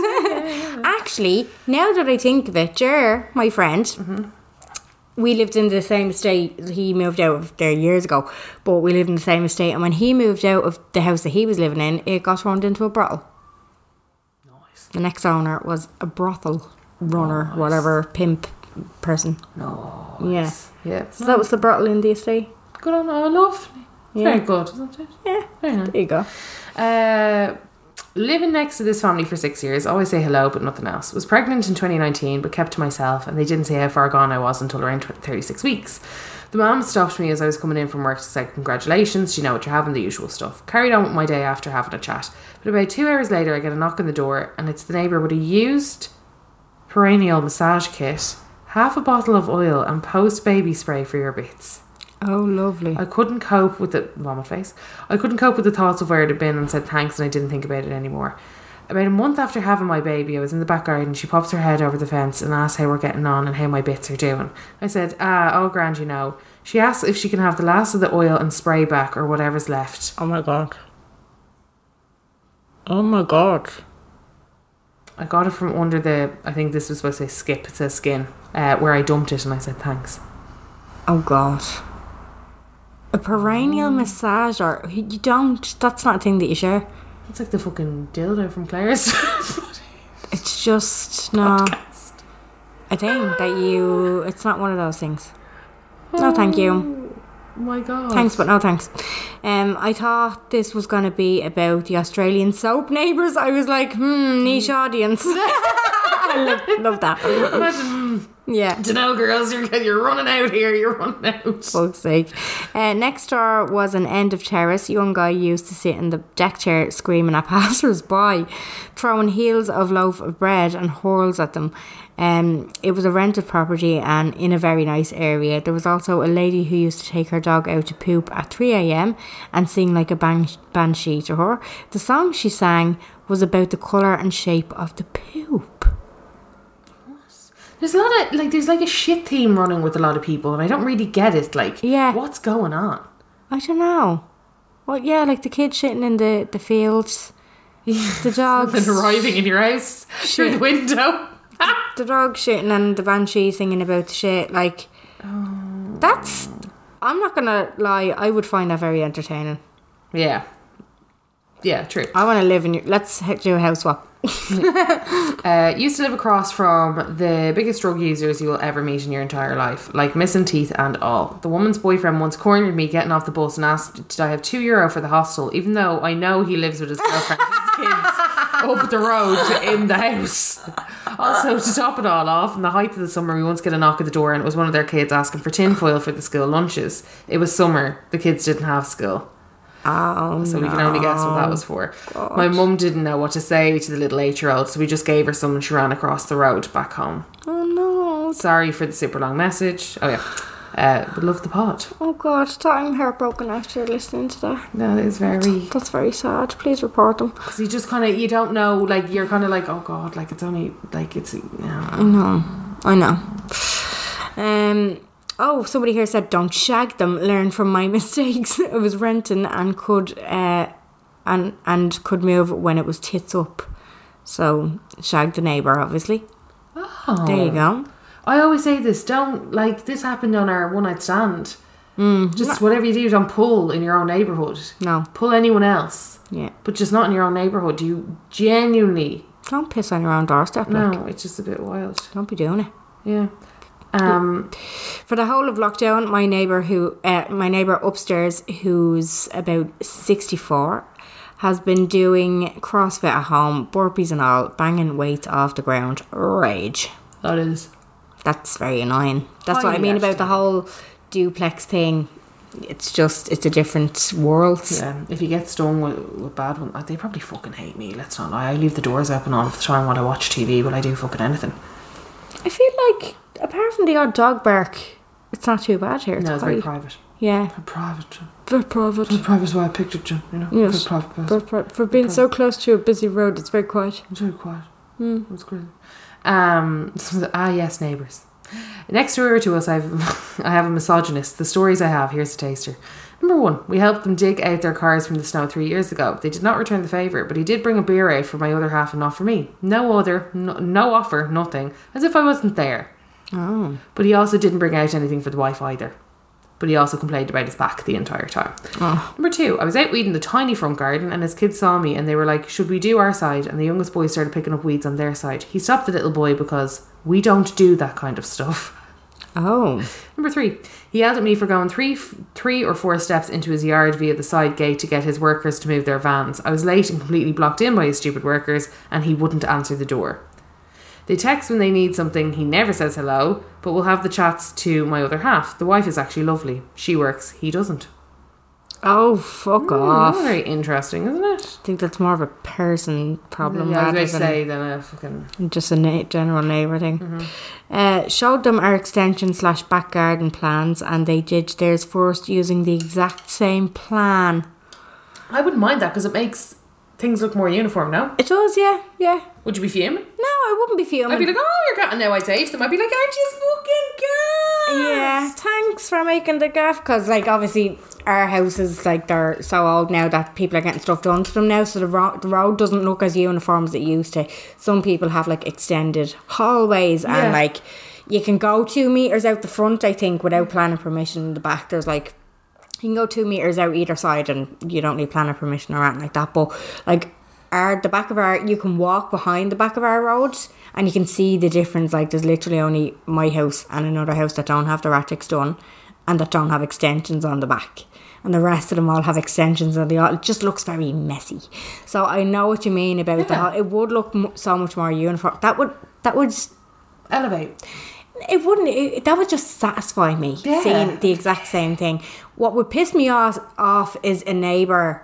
[SPEAKER 3] Actually, now that I think of it, Jer, my friend, we lived in the same estate. He moved out of there years ago, but we lived in the same estate. And when he moved out of the house that he was living in, it got turned into a brothel. The next owner was a brothel runner, whatever pimp person.
[SPEAKER 2] no.
[SPEAKER 3] Yeah.
[SPEAKER 2] Yeah.
[SPEAKER 3] So that was the brothel in the estate.
[SPEAKER 2] Good on our lovely.
[SPEAKER 3] Yeah.
[SPEAKER 2] Very good, isn't it?
[SPEAKER 3] Yeah.
[SPEAKER 2] Very nice.
[SPEAKER 3] There you go.
[SPEAKER 2] Uh, living next to this family for six years, always say hello, but nothing else. Was pregnant in 2019, but kept to myself, and they didn't say how far gone I was until around tw 36 weeks. The mom stopped me as I was coming in from work to say, Congratulations, do you know what you're having, the usual stuff. Carried on with my day after having a chat. But about two hours later, I get a knock on the door, and it's the neighbour with a used perennial massage kit, half a bottle of oil, and post baby spray for your bits.
[SPEAKER 3] Oh, lovely.
[SPEAKER 2] I couldn't cope with the vomit face. I couldn't cope with the thoughts of where it had been and said thanks and I didn't think about it anymore. About a month after having my baby, I was in the back garden. She pops her head over the fence and asks how we're getting on and how my bits are doing. I said, Ah, oh, grand, you know. She asks if she can have the last of the oil and spray back or whatever's left.
[SPEAKER 5] Oh my god. Oh my god.
[SPEAKER 2] I got it from under the, I think this was supposed to say skip, it says skin, uh, where I dumped it and I said thanks.
[SPEAKER 3] Oh God. A
[SPEAKER 2] Um.
[SPEAKER 3] perennial massager. You don't. That's not a thing that you share.
[SPEAKER 2] It's like the fucking dildo from Claire's. [laughs]
[SPEAKER 3] It's just not a thing that
[SPEAKER 2] [gasps]
[SPEAKER 3] you. It's not one of those things. No, thank you.
[SPEAKER 2] Oh, my god.
[SPEAKER 3] Thanks, but no thanks. Um, I thought this was going to
[SPEAKER 2] Mm.
[SPEAKER 3] be about the Australian soap neighbours. I was like, hmm, niche audience. [laughs] I love, love that.
[SPEAKER 2] [laughs] Imagine, hmm.
[SPEAKER 3] Yeah.
[SPEAKER 2] you know, girls, you're, you're running out here, you're running out.
[SPEAKER 3] fuck's sake. Uh, next door was an end of terrace. Young guy used to sit in the deck chair screaming at [laughs] passers by, throwing heels of loaf of bread and hurls at them. Um, it was a rented property and in a very nice area. There was also a lady who used to take her dog out to poop at 3 a.m. and sing like a ban- banshee to her. The song she sang was about the colour and shape of the poop.
[SPEAKER 2] There's a lot of, like, there's like a shit theme running with a lot of people, and I don't really get it. Like,
[SPEAKER 3] Yeah.
[SPEAKER 2] what's going on? [laughs]
[SPEAKER 3] I don't know. Well, yeah, like the kid shitting in the, the fields. The
[SPEAKER 2] Then
[SPEAKER 3] dogs,
[SPEAKER 2] arriving in your house through the window.
[SPEAKER 3] the dog shitting and the banshee singing about the shit. Like, that's. I'm not gonna lie. I would find that very entertaining.
[SPEAKER 2] yeah. Yeah, true.
[SPEAKER 3] I want to live in. Your, let's h- do a house swap.
[SPEAKER 2] Uh, used to live across from the biggest drug users you will ever meet in your entire life, like missing teeth and all. The woman's boyfriend once cornered me getting off the bus and asked, Did I have two euro for the hostel? Even though I know he lives with his girlfriend and his kids up the road to in the house. Also, to top it all off, in the height of the summer, we once get a knock at the door and it was one of their kids asking for tinfoil for the school lunches. It was summer, the kids didn't have school.
[SPEAKER 3] Oh,
[SPEAKER 2] So we can only guess what that was for. My mum didn't know what to say to the little eight year old, so we just gave her some and she ran across the road back home.
[SPEAKER 3] oh no!
[SPEAKER 2] Sorry for the super long message. Oh, yeah. Uh, but love the pod.
[SPEAKER 3] Oh god! I'm heartbroken after listening to that.
[SPEAKER 2] That is very.
[SPEAKER 3] That's very sad. Please report them.
[SPEAKER 2] Because you just kind of, you don't know, like, you're kind of like, oh God, like, it's only, like, it's. No.
[SPEAKER 3] I know. I know. Um. Oh, somebody here said, "Don't shag them. Learn from my [laughs] mistakes." I was renting and could, uh, and and could move when it was tits up. So shag the neighbour, obviously.
[SPEAKER 2] Oh.
[SPEAKER 3] There you go.
[SPEAKER 2] I always say this don't, like, this happened on our one night stand. Mm, just whatever you do, don't pull in your own neighbourhood.
[SPEAKER 3] No.
[SPEAKER 2] Pull anyone else.
[SPEAKER 3] Yeah.
[SPEAKER 2] But just not in your own neighbourhood. You genuinely.
[SPEAKER 3] Don't piss on your own doorstep. Like,
[SPEAKER 2] No, Oh, it's just a bit wild.
[SPEAKER 3] don't be doing it.
[SPEAKER 2] Yeah. Um,
[SPEAKER 3] For the whole of lockdown, my neighbour who uh, my neighbour upstairs who's about 64 has been doing CrossFit at home, burpees and all, banging weights off the ground. Rage.
[SPEAKER 2] that is.
[SPEAKER 3] That's very annoying. That's what I
[SPEAKER 2] Highly
[SPEAKER 3] mean about the whole duplex thing. It's just it's a different world.
[SPEAKER 2] Yeah, Um, if you get stung with, with bad one, uh, they probably fucking hate me. Let's not lie. I leave the doors open all the time when I watch TV, but I do fucking anything.
[SPEAKER 3] I feel like apart from the odd dog bark, it's not too bad here.
[SPEAKER 2] No, it's very
[SPEAKER 3] quite-
[SPEAKER 2] private.
[SPEAKER 3] yeah,
[SPEAKER 2] Private. Jim.
[SPEAKER 3] very private.
[SPEAKER 2] Private's why I picked it, Jim. You know,
[SPEAKER 3] Yes.
[SPEAKER 2] Good private person.
[SPEAKER 3] For, for, for being so close to a busy road, it's very quiet.
[SPEAKER 2] It's very quiet. Mm. It's crazy. Um, ah, yes, neighbours. Next door to us, I've [laughs] I have a misogynist. The stories I have here's a taster. Number one, we helped them dig out their cars from the snow three years ago. They did not return the favour, but he did bring a beer out for my other half and not for me. No other, no, no offer, nothing, as if I wasn't there.
[SPEAKER 3] Oh,
[SPEAKER 2] But he also didn't bring out anything for the wife either. But he also complained about his back the entire time. Number two, I was out weeding the tiny front garden and his kids saw me and they were like, Should we do our side? And the youngest boy started picking up weeds on their side. He stopped the little boy because we don't do that kind of stuff.
[SPEAKER 3] oh,
[SPEAKER 2] Number three, he yelled at me for going three, three or four steps into his yard via the side gate to get his workers to move their vans. I was late and completely blocked in by his stupid workers, and he wouldn't answer the door. They text when they need something. He never says hello, but we'll have the chats to my other half. The wife is actually lovely. She works. He doesn't.
[SPEAKER 3] oh, fuck
[SPEAKER 2] That's
[SPEAKER 3] off! I
[SPEAKER 2] very interesting, isn't it?
[SPEAKER 3] think that's more of a person problem
[SPEAKER 2] Mm-hmm. Yeah, I
[SPEAKER 3] rather
[SPEAKER 2] was
[SPEAKER 3] than
[SPEAKER 2] going to say Mm-hmm. than a fucking.
[SPEAKER 3] just a na- general neighbour thing. Uh, showed them our extension slash back garden plans, and they did theirs first using the exact same plan.
[SPEAKER 2] I wouldn't mind that because it makes things look more uniform. No,
[SPEAKER 3] It does, yeah, yeah.
[SPEAKER 2] would you be fuming?
[SPEAKER 3] No, I wouldn't be fuming.
[SPEAKER 2] I'd be like, oh, you're cat. And now I'd say to them, I'd be like, aren't you fucking good?
[SPEAKER 3] Yeah, thanks for making the gaff because, like, obviously, our houses like they're so old now that people are getting stuff done to them now, so the, ro- the road doesn't look as uniform as it used to. Some people have like extended hallways
[SPEAKER 2] Yeah.
[SPEAKER 3] and like you can go two meters out the front, I think, without planning permission. In the back, there's like you can go two meters out either side and you don't need planning permission or anything like that. But like our the back of our you can walk behind the back of our roads and you can see the difference. Like there's literally only my house and another house that don't have their attics done and that don't have extensions on the back. and the rest of them all have extensions and they all it just looks very messy. So I know what you mean about the whole, it would look m- so much more uniform. That would that would
[SPEAKER 2] Elevate.
[SPEAKER 3] it wouldn't it, that would just satisfy me
[SPEAKER 2] Yeah.
[SPEAKER 3] seeing the exact same thing what would piss me off, off is a neighbor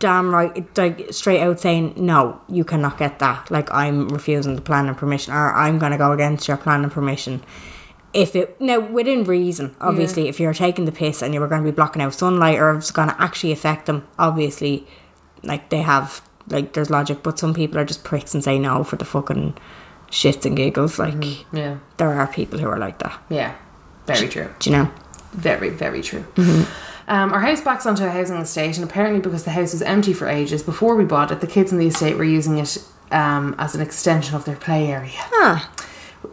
[SPEAKER 3] damn right like straight out saying no you cannot get that like i'm refusing the plan and permission or i'm going to go against your plan and permission if it now within reason obviously if you're taking the piss and you were going to be blocking out sunlight or it's going to actually affect them obviously like they have like there's logic but some people are just pricks and say no for the fucking shits and giggles like
[SPEAKER 2] Yeah.
[SPEAKER 3] there are people who are like that.
[SPEAKER 2] Yeah. Very true.
[SPEAKER 3] Do you know?
[SPEAKER 2] Very, very true. Um, our house backs onto a housing estate, and apparently, because the house was empty for ages before we bought it, the kids in the estate were using it um, as an extension of their play area.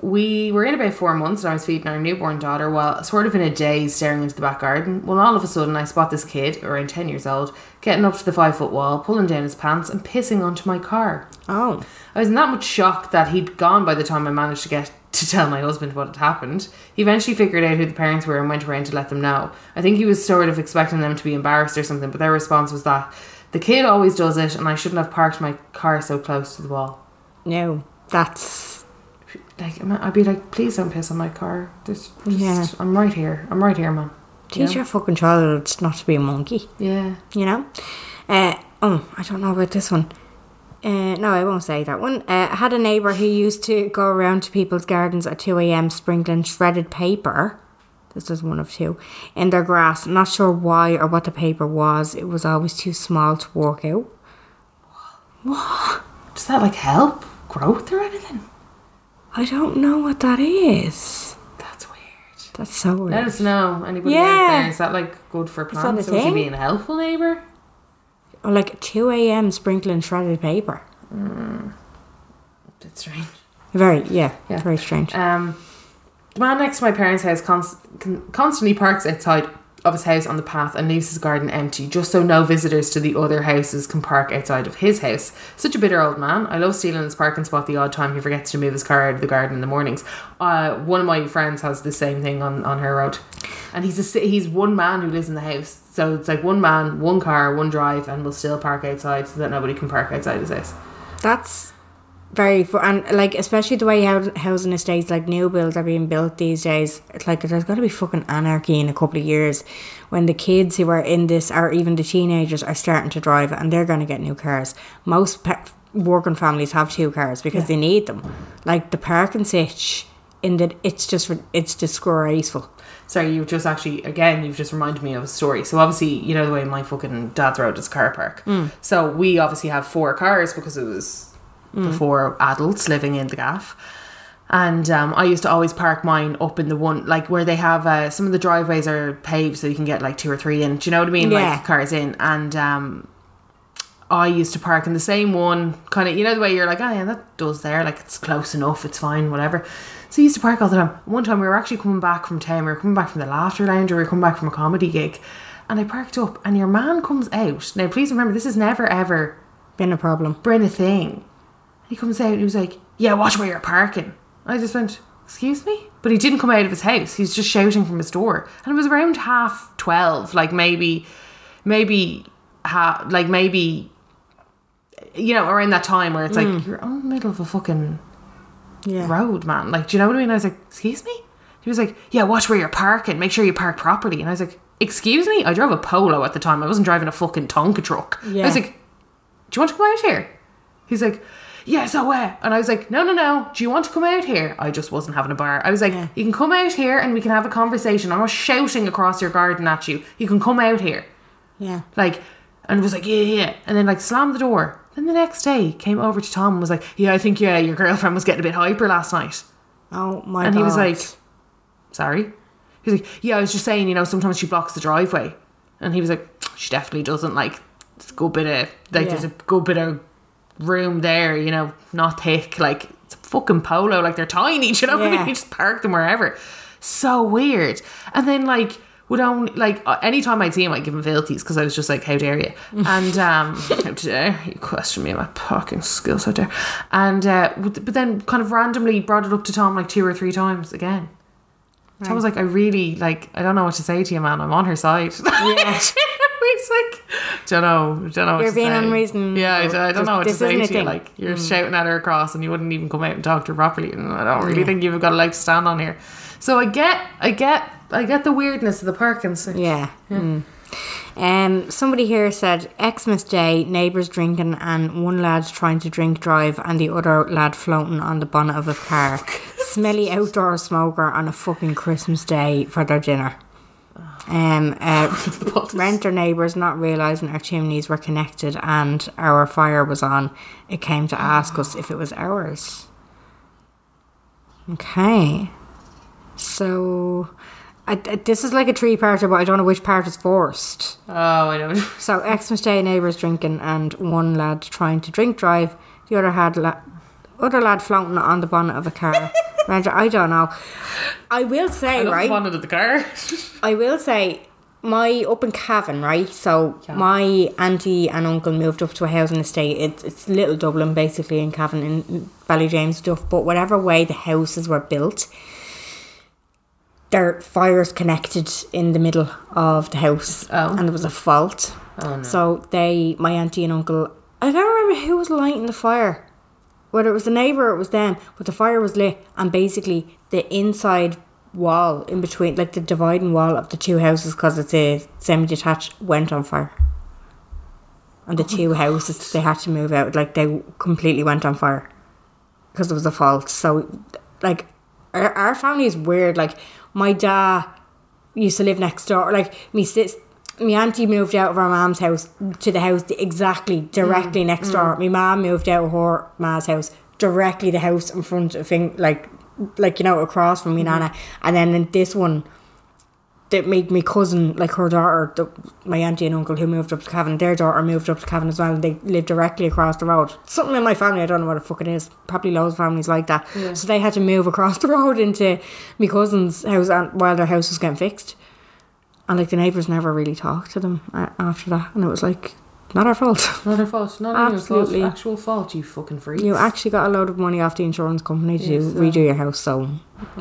[SPEAKER 2] We were in about four months, and I was feeding our newborn daughter while sort of in a daze staring into the back garden. When all of a sudden, I spot this kid, around 10 years old, getting up to the five foot wall, pulling down his pants, and pissing onto my car.
[SPEAKER 3] Oh.
[SPEAKER 2] I was in that much shock that he'd gone by the time I managed to get to tell my husband what had happened. He eventually figured out who the parents were and went around to let them know. I think he was sort of expecting them to be embarrassed or something, but their response was that the kid always does it and I shouldn't have parked my car so close to the wall.
[SPEAKER 3] No. That's
[SPEAKER 2] Like I'm- I'd be like, please don't piss on my car. This just,
[SPEAKER 3] Yeah.
[SPEAKER 2] I'm right here. I'm right here, man.
[SPEAKER 3] teach your fucking child not to be a monkey.
[SPEAKER 2] Yeah.
[SPEAKER 3] You know? Uh oh, I don't know about this one. Uh, no, I won't say that one. Uh, I had a neighbour who used to go around to people's gardens at 2 a.m. sprinkling shredded paper. This is one of two. In their grass. Not sure why or what the paper was. It was always too small to work out.
[SPEAKER 2] Does that like help growth or anything?
[SPEAKER 3] I don't know what that is.
[SPEAKER 2] That's weird.
[SPEAKER 3] That's so weird.
[SPEAKER 2] Let us know. Anybody out
[SPEAKER 3] Yeah.
[SPEAKER 2] there? Is that like good for
[SPEAKER 3] that
[SPEAKER 2] plants?
[SPEAKER 3] a
[SPEAKER 2] Or is he
[SPEAKER 3] thing?
[SPEAKER 2] being a helpful neighbour?
[SPEAKER 3] Or like 2 a.m. sprinkling shredded paper.
[SPEAKER 2] That's strange.
[SPEAKER 3] Very, yeah, Uh,
[SPEAKER 2] Yeah.
[SPEAKER 3] very strange.
[SPEAKER 2] Um, the man next to my parents' house const- con- constantly parks outside of his house on the path and leaves his garden empty, just so no visitors to the other houses can park outside of his house. Such a bitter old man. I love stealing his parking spot the odd time he forgets to move his car out of the garden in the mornings. Uh, one of my friends has the same thing on, on her road, and he's a, si- he's one man who lives in the house. So it's like one man, one car, one drive, and will still park outside so that nobody can park outside his house.
[SPEAKER 3] That's very, fu- and like, especially the way hou- housing estates, like new builds are being built these days, it's like there's going to be fucking anarchy in a couple of years when the kids who are in this, or even the teenagers, are starting to drive and they're going to get new cars. Most pe- working families have two cars because they need them. Like, the parking sitch, in that it's just, rid- it's disgraceful.
[SPEAKER 2] Sorry, you've just actually again you've just reminded me of a story. So obviously, you know the way my fucking dad's road is car park. So we obviously have four cars because it was before adults living in the gaff. And um, I used to always park mine up in the one like where they have uh, some of the driveways are paved, so you can get like two or three in. Do you know what I mean?
[SPEAKER 3] Yeah.
[SPEAKER 2] Like cars in, and um, I used to park in the same one, kind of, you know, the way you're like, oh, yeah, that does there, like, it's close enough, it's fine, whatever. So I used to park all the time. One time we were actually coming back from town, we were coming back from the laughter lounge, or we were coming back from a comedy gig, and I parked up, and your man comes out. Now, please remember, this has never, ever
[SPEAKER 3] Been a problem.
[SPEAKER 2] been a thing. He comes out, and he was like, yeah, watch where you're parking. I just went, excuse me? But he didn't come out of his house, he was just shouting from his door. And it was around half 12, like, maybe, maybe, ha- like, maybe you know, around that time where it's like you're on the middle of a fucking
[SPEAKER 3] Mm. Yeah.
[SPEAKER 2] road, man. Like, do you know what I mean? I was like, excuse me. He was like, yeah, watch where you're parking. Make sure you park properly. And I was like, excuse me. I drove a Polo at the time. I wasn't driving a fucking Tonka truck. I
[SPEAKER 3] Yeah.
[SPEAKER 2] was like, do you want to come out here? He's like, yes, I will. And I was like, no, no, no. Do you want to come out here? I just wasn't having a bar. I was like, you can come out here and we can have a conversation. I'm not shouting across your garden at you. You can come out here
[SPEAKER 3] Yeah.
[SPEAKER 2] like and was like yeah yeah yeah," and then like slammed the door then the next day came over to tom and was like yeah i think yeah your girlfriend was getting a bit hyper last night
[SPEAKER 3] Oh my god.
[SPEAKER 2] and he was like sorry he's like yeah i was just saying you know sometimes she blocks the driveway and he was like she definitely doesn't like it's a good bit of like
[SPEAKER 3] Yeah.
[SPEAKER 2] there's a good bit of room there you know not thick like it's a fucking polo like they're tiny [laughs] do you know what I
[SPEAKER 3] Yeah.
[SPEAKER 2] mean? You just park them wherever so weird and then like would only like uh, anytime I'd see him I'd give him fealties because I was just like how dare you and um how dare you question me on my parking skills how dare and uh would- but then kind of randomly brought it up to Tom like two or three times again I was like, I really like. I don't know what to say to you, man. I'm on her side. [laughs] Yeah. He's like, don't know, don't know. What
[SPEAKER 3] You're
[SPEAKER 2] to
[SPEAKER 3] being
[SPEAKER 2] say.
[SPEAKER 3] unreasonable.
[SPEAKER 2] Yeah, I, d- I don't know what
[SPEAKER 3] This
[SPEAKER 2] to say
[SPEAKER 3] isn't a
[SPEAKER 2] to you.
[SPEAKER 3] thing.
[SPEAKER 2] Like you're shouting at her across, and you wouldn't even come out and talk to her properly. And I don't really think you've got a leg to stand on here. So I get, I get, I get the weirdness of the Parkinson.
[SPEAKER 3] Yeah. mm. Um, somebody here said Xmas Day, neighbours drinking, and one lad trying to drink drive, and the other lad floating on the bonnet of a car. Smelly outdoor smoker on a fucking Christmas day for their dinner. Um, uh, renter neighbours not realising our chimneys were connected and our fire was on. It came to ask us if it was ours. Okay. So, I, I- this is like a three-parter, but I don't know which part is first.
[SPEAKER 2] Oh, I know. [laughs]
[SPEAKER 3] So, Xmas Day neighbours drinking, and one lad trying to drink drive. The other had la- other lad floating on the bonnet of
[SPEAKER 2] [laughs]
[SPEAKER 3] a car. Roger, I don't know. I will say,
[SPEAKER 2] I love the
[SPEAKER 3] right?
[SPEAKER 2] bonnet of the car.
[SPEAKER 3] I will say my up in Cavan, right? So my auntie and uncle moved up to a housing estate. It's it's little Dublin basically in Cavan in Ballyjames stuff. But whatever way the houses were built, their fires connected in the middle of the house,
[SPEAKER 2] Oh.
[SPEAKER 3] and there was a fault. So they, my auntie and uncle, I can't remember who was lighting the fire whether it was the neighbor or it was them, but the fire was lit, and basically the inside wall in between, like the dividing wall of the two houses, because it's a semi-detached, went on fire. And the two houses they had to move out, like they completely went on fire because there was a fault. So, like, our, our family is weird. Like, my dad used to live next door. Like, me sis, my auntie moved out of our mom's house to the house exactly directly next door. My mom moved out of her ma's house directly the house in front of thing like, like you know, across from me nana. And then in this one. That made me cousin, like her daughter, the, my auntie and uncle who moved up to Cavan, their daughter moved up to Cavan as well, and they lived directly across the road. Something in my family, I don't know what the fuck it is. Probably loads of families like that. So they had to move across the road into my cousin's house and, while their house was getting fixed. And like the neighbours never really talked to them a- after that, and it was like, not our fault. [laughs]
[SPEAKER 2] not her fault. Not anyone's fault.
[SPEAKER 3] Absolutely.
[SPEAKER 2] Actual fault. You fucking freak.
[SPEAKER 3] You actually got a load of money off the insurance company to redo your house, so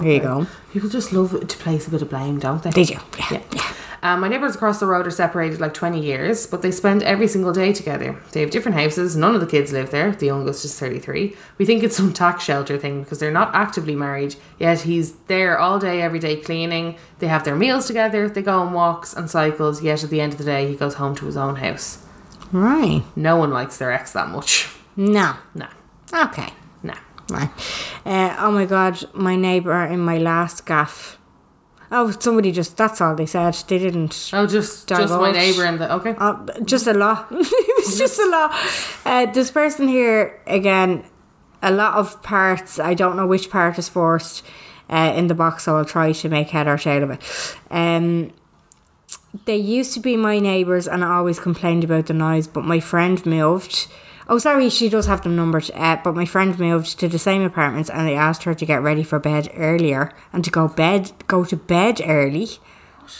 [SPEAKER 3] here you go.
[SPEAKER 2] People just love to place a bit of blame, don't they?
[SPEAKER 3] They do. Yeah.
[SPEAKER 2] Yeah. Um, my neighbours across the road are separated like 20 years, but they spend every single day together. They have different houses. None of the kids live there. The youngest is 33. We think it's some tax shelter thing because they're not actively married, yet he's there all day, every day cleaning. They have their meals together. They go on walks and cycles, yet at the end of the day, he goes home to his own house.
[SPEAKER 3] Right.
[SPEAKER 2] No one likes their ex that [laughs] much.
[SPEAKER 3] No.
[SPEAKER 2] Nah,
[SPEAKER 3] Okay.
[SPEAKER 2] nah.
[SPEAKER 3] Right. Uh, oh my god, my neighbour in my last gaff. Oh, somebody just, that's all they said. They didn't.
[SPEAKER 2] Oh, just, just my
[SPEAKER 3] Divulge.
[SPEAKER 2] neighbour and the. Okay.
[SPEAKER 3] Uh, just a lot. [laughs] it was just a lot. Uh, this person here, again, a lot of parts. I don't know which part is forced uh, in the box, so I'll try to make head or tail of it. Um, they used to be my neighbours and I always complained about the noise, but my friend moved. Oh, sorry, she does have them numbered, uh, but my friend moved to the same apartments and I asked her to get ready for bed earlier and to go bed go to bed early.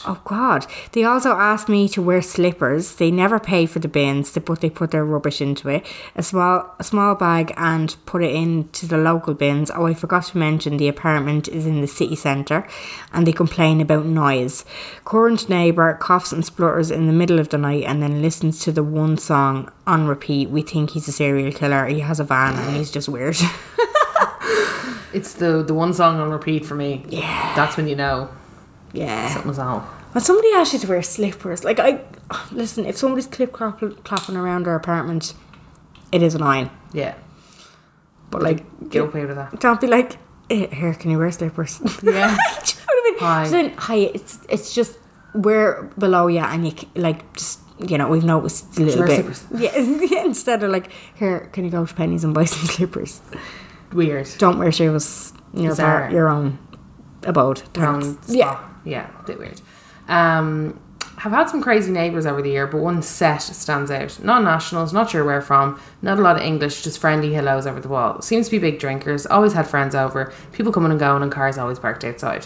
[SPEAKER 3] Oh God! They also asked me to wear slippers. They never pay for the bins, they- but they put their rubbish into it. A small, a small bag, and put it into the local bins. Oh, I forgot to mention the apartment is in the city centre, and they complain about noise. Current neighbour coughs and splutters in the middle of the night, and then listens to the one song on repeat. We think he's a serial killer. He has a van, and he's just weird. [laughs]
[SPEAKER 2] It's the, the one song on repeat for me. Yeah. That's when you know
[SPEAKER 3] yeah.
[SPEAKER 2] something's on.
[SPEAKER 3] When somebody asks you to wear slippers, like I listen, if somebody's clip clop, clopping around their apartment, it is annoying.
[SPEAKER 2] Yeah.
[SPEAKER 3] But like,
[SPEAKER 2] Get away with that.
[SPEAKER 3] don't be like, "Eh, here, can you wear slippers?
[SPEAKER 2] Yeah.
[SPEAKER 3] [laughs] Do you know what I mean?
[SPEAKER 2] Hi.
[SPEAKER 3] So then, hi, it's it's just we're below you, and you c- like just you know we've noticed a little
[SPEAKER 2] wear
[SPEAKER 3] bit.
[SPEAKER 2] slippers?
[SPEAKER 3] Yeah, [laughs] yeah, instead of like, here, can you go to Penny's and buy some [laughs] slippers?
[SPEAKER 2] Weird.
[SPEAKER 3] Don't wear shoes. in Your bar,
[SPEAKER 2] Bizarre.
[SPEAKER 3] your own abode. Thanks.
[SPEAKER 2] own
[SPEAKER 3] yeah.
[SPEAKER 2] Yeah, a bit weird. Um, have had some crazy neighbours over the year, but one set stands out. Non nationals, not sure where from, not a lot of English, just friendly hellos over the wall. Seems to be big drinkers, always had friends over, people coming and going, and cars always parked outside.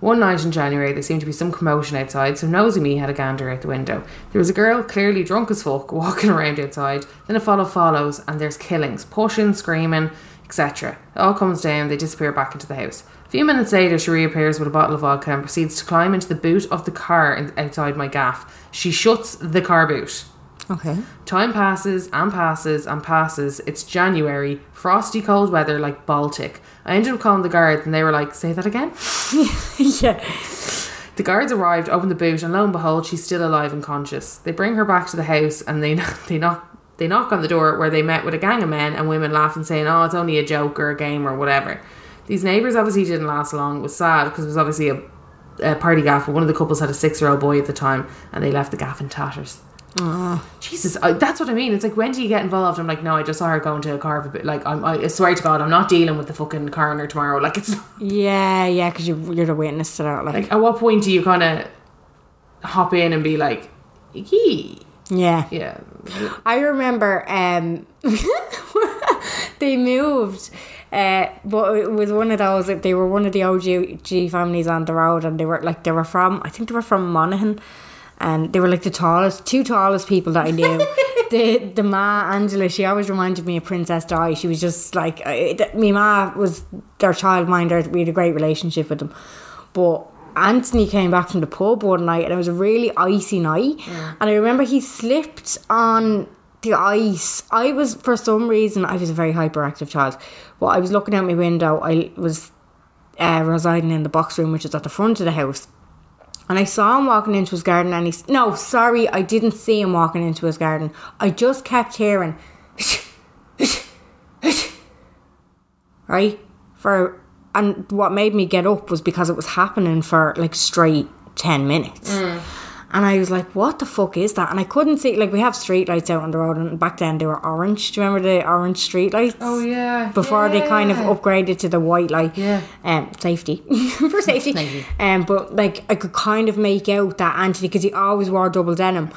[SPEAKER 2] One night in January, there seemed to be some commotion outside, so Nosy Me had a gander out the window. There was a girl, clearly [laughs] drunk as fuck, walking around outside, then a follow follows, and there's killings, pushing, screaming, etc. It all comes down, they disappear back into the house. A few minutes later, she reappears with a bottle of vodka and proceeds to climb into the boot of the car in- outside my gaff. She shuts the car boot.
[SPEAKER 3] Okay. [laughs]
[SPEAKER 2] Time passes and passes and passes. It's January, frosty cold weather like Baltic. I ended up calling the guards and they were like, say that again?
[SPEAKER 3] yeah.
[SPEAKER 2] The guards arrived, opened the boot, and lo and behold, she's still alive and conscious. They bring her back to the house and they [laughs] they knock they knock on the door where they met with a gang of men and women laughing, saying, Oh, it's only a joke or a game or whatever. These neighbours obviously didn't last long. It was sad because it was obviously a, a party gaff, but one of the couples had a six year old boy at the time and they left the gaff in tatters. Jesus, I, that's what I mean. It's like, when do you get involved? I'm like, no, I just saw her going to a car. But like, I'm, I swear to God, I'm not dealing with the fucking coroner tomorrow. Like, it's
[SPEAKER 3] Yeah, yeah, because you, you're the witness to that. Like,
[SPEAKER 2] like, at what point do you kind of hop in and be like, yee?
[SPEAKER 3] yeah.
[SPEAKER 2] Yeah.
[SPEAKER 3] I remember um, [laughs] they moved, uh, but it was one of those. Like, they were one of the OG families on the road, and they were like they were from. I think they were from Monaghan, and they were like the tallest, two tallest people that I knew. the the ma Angela, she always reminded me of Princess Di. She was just like I- th- me. Ma was their childminder. We had a great relationship with them, but Anthony came back from the pub one night and it was a really icy night. And I remember he slipped on the ice. I was, for some reason, I was a very hyperactive child. Well, I was looking out my window. I was uh, residing in the box room, which is at the front of the house. And I saw him walking into his garden and he's, no, sorry, I didn't see him walking into his garden. I just kept hearing, [laughs] right? For and what made me get up was because it was happening for like straight ten minutes. And I was like, what the fuck is that? And I couldn't see, like, we have street lights out on the road, and back then they were orange. Do you remember the orange street lights? Oh,
[SPEAKER 2] yeah.
[SPEAKER 3] Before they kind of
[SPEAKER 2] Yeah.
[SPEAKER 3] upgraded to the white light.
[SPEAKER 2] Yeah.
[SPEAKER 3] Um, safety. [laughs] For safety. Um, but, like, I could kind of make out that Anthony, because he always wore double denim.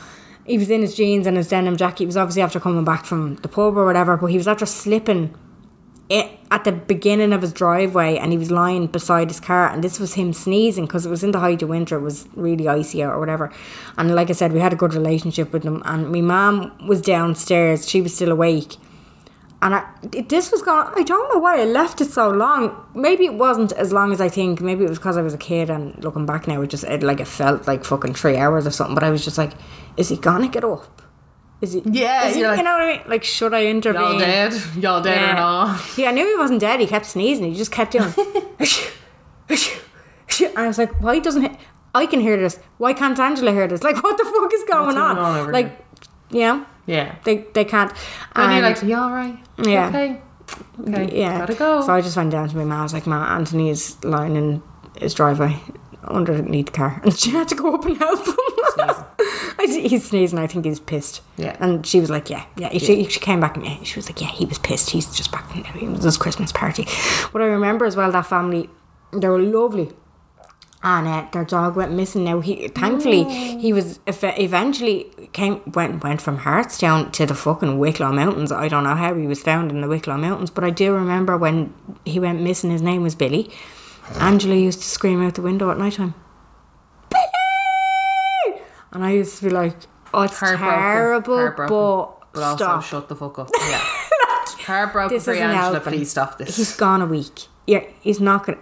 [SPEAKER 3] He was in his jeans and his denim jacket. He was obviously after coming back from the pub or whatever, but he was after slipping it at the beginning of his driveway and he was lying beside his car and this was him sneezing because it was in the height of winter it was really icy out or whatever and like i said we had a good relationship with him and my mum was downstairs she was still awake and I, it- this was gone i don't know why i left it so long maybe it wasn't as long as i think maybe it was because i was a kid and looking back now it just it, like it felt like fucking three hours or something but i was just like is he gonna get up is he
[SPEAKER 2] Yeah,
[SPEAKER 3] is he,
[SPEAKER 2] you're like-
[SPEAKER 3] you know what i mean like should i intervene
[SPEAKER 2] Y'all dead? [laughs] Y'all dead or not?
[SPEAKER 3] yeah, I knew he wasn't dead. He kept sneezing. He just kept doing. [laughs] and I was like, why doesn't he? I can hear this. Why can't Angela hear this? Like, what the fuck is going
[SPEAKER 2] going
[SPEAKER 3] on?
[SPEAKER 2] on over
[SPEAKER 3] like,
[SPEAKER 2] here?
[SPEAKER 3] you know,
[SPEAKER 2] Yeah.
[SPEAKER 3] they they can't.
[SPEAKER 2] And you're
[SPEAKER 3] And-
[SPEAKER 2] like, y'all right?
[SPEAKER 3] Yeah.
[SPEAKER 2] Okay. Okay.
[SPEAKER 3] yeah.
[SPEAKER 2] Gotta go.
[SPEAKER 3] So I just went down to my mum. I was like, Ma, Anthony is lying in his driveway underneath the car. [laughs] And she had to go up and help him. [laughs] I d- he's sneezing. I think he's pissed.
[SPEAKER 2] Yeah.
[SPEAKER 3] And she was like, Yeah, yeah. She, she came back and yeah, she was like, Yeah, he was pissed. He's just back from it was his Christmas party. But I remember as well that family, they were lovely. And uh, their dog went missing. Now he, thankfully,
[SPEAKER 2] Oh.
[SPEAKER 3] he was eff- eventually came went went from Hearts down to the fucking Wicklow Mountains. I don't know how he was found in the Wicklow Mountains, but I do remember when he went missing. His name was Billy.
[SPEAKER 2] Oh.
[SPEAKER 3] Angela used to scream out the window at night time, Billy, and I used to be like, "Oh, it's
[SPEAKER 2] Heartbroken.
[SPEAKER 3] terrible,
[SPEAKER 2] Heartbroken.
[SPEAKER 3] but,
[SPEAKER 2] also
[SPEAKER 3] stop."
[SPEAKER 2] shut the
[SPEAKER 3] [laughs]
[SPEAKER 2] fuck up. Yeah. Heartbroken
[SPEAKER 3] This
[SPEAKER 2] for you,
[SPEAKER 3] isn't
[SPEAKER 2] Angela.
[SPEAKER 3] helping.
[SPEAKER 2] Please stop this.
[SPEAKER 3] He's gone a week. Yeah, he's not gonna.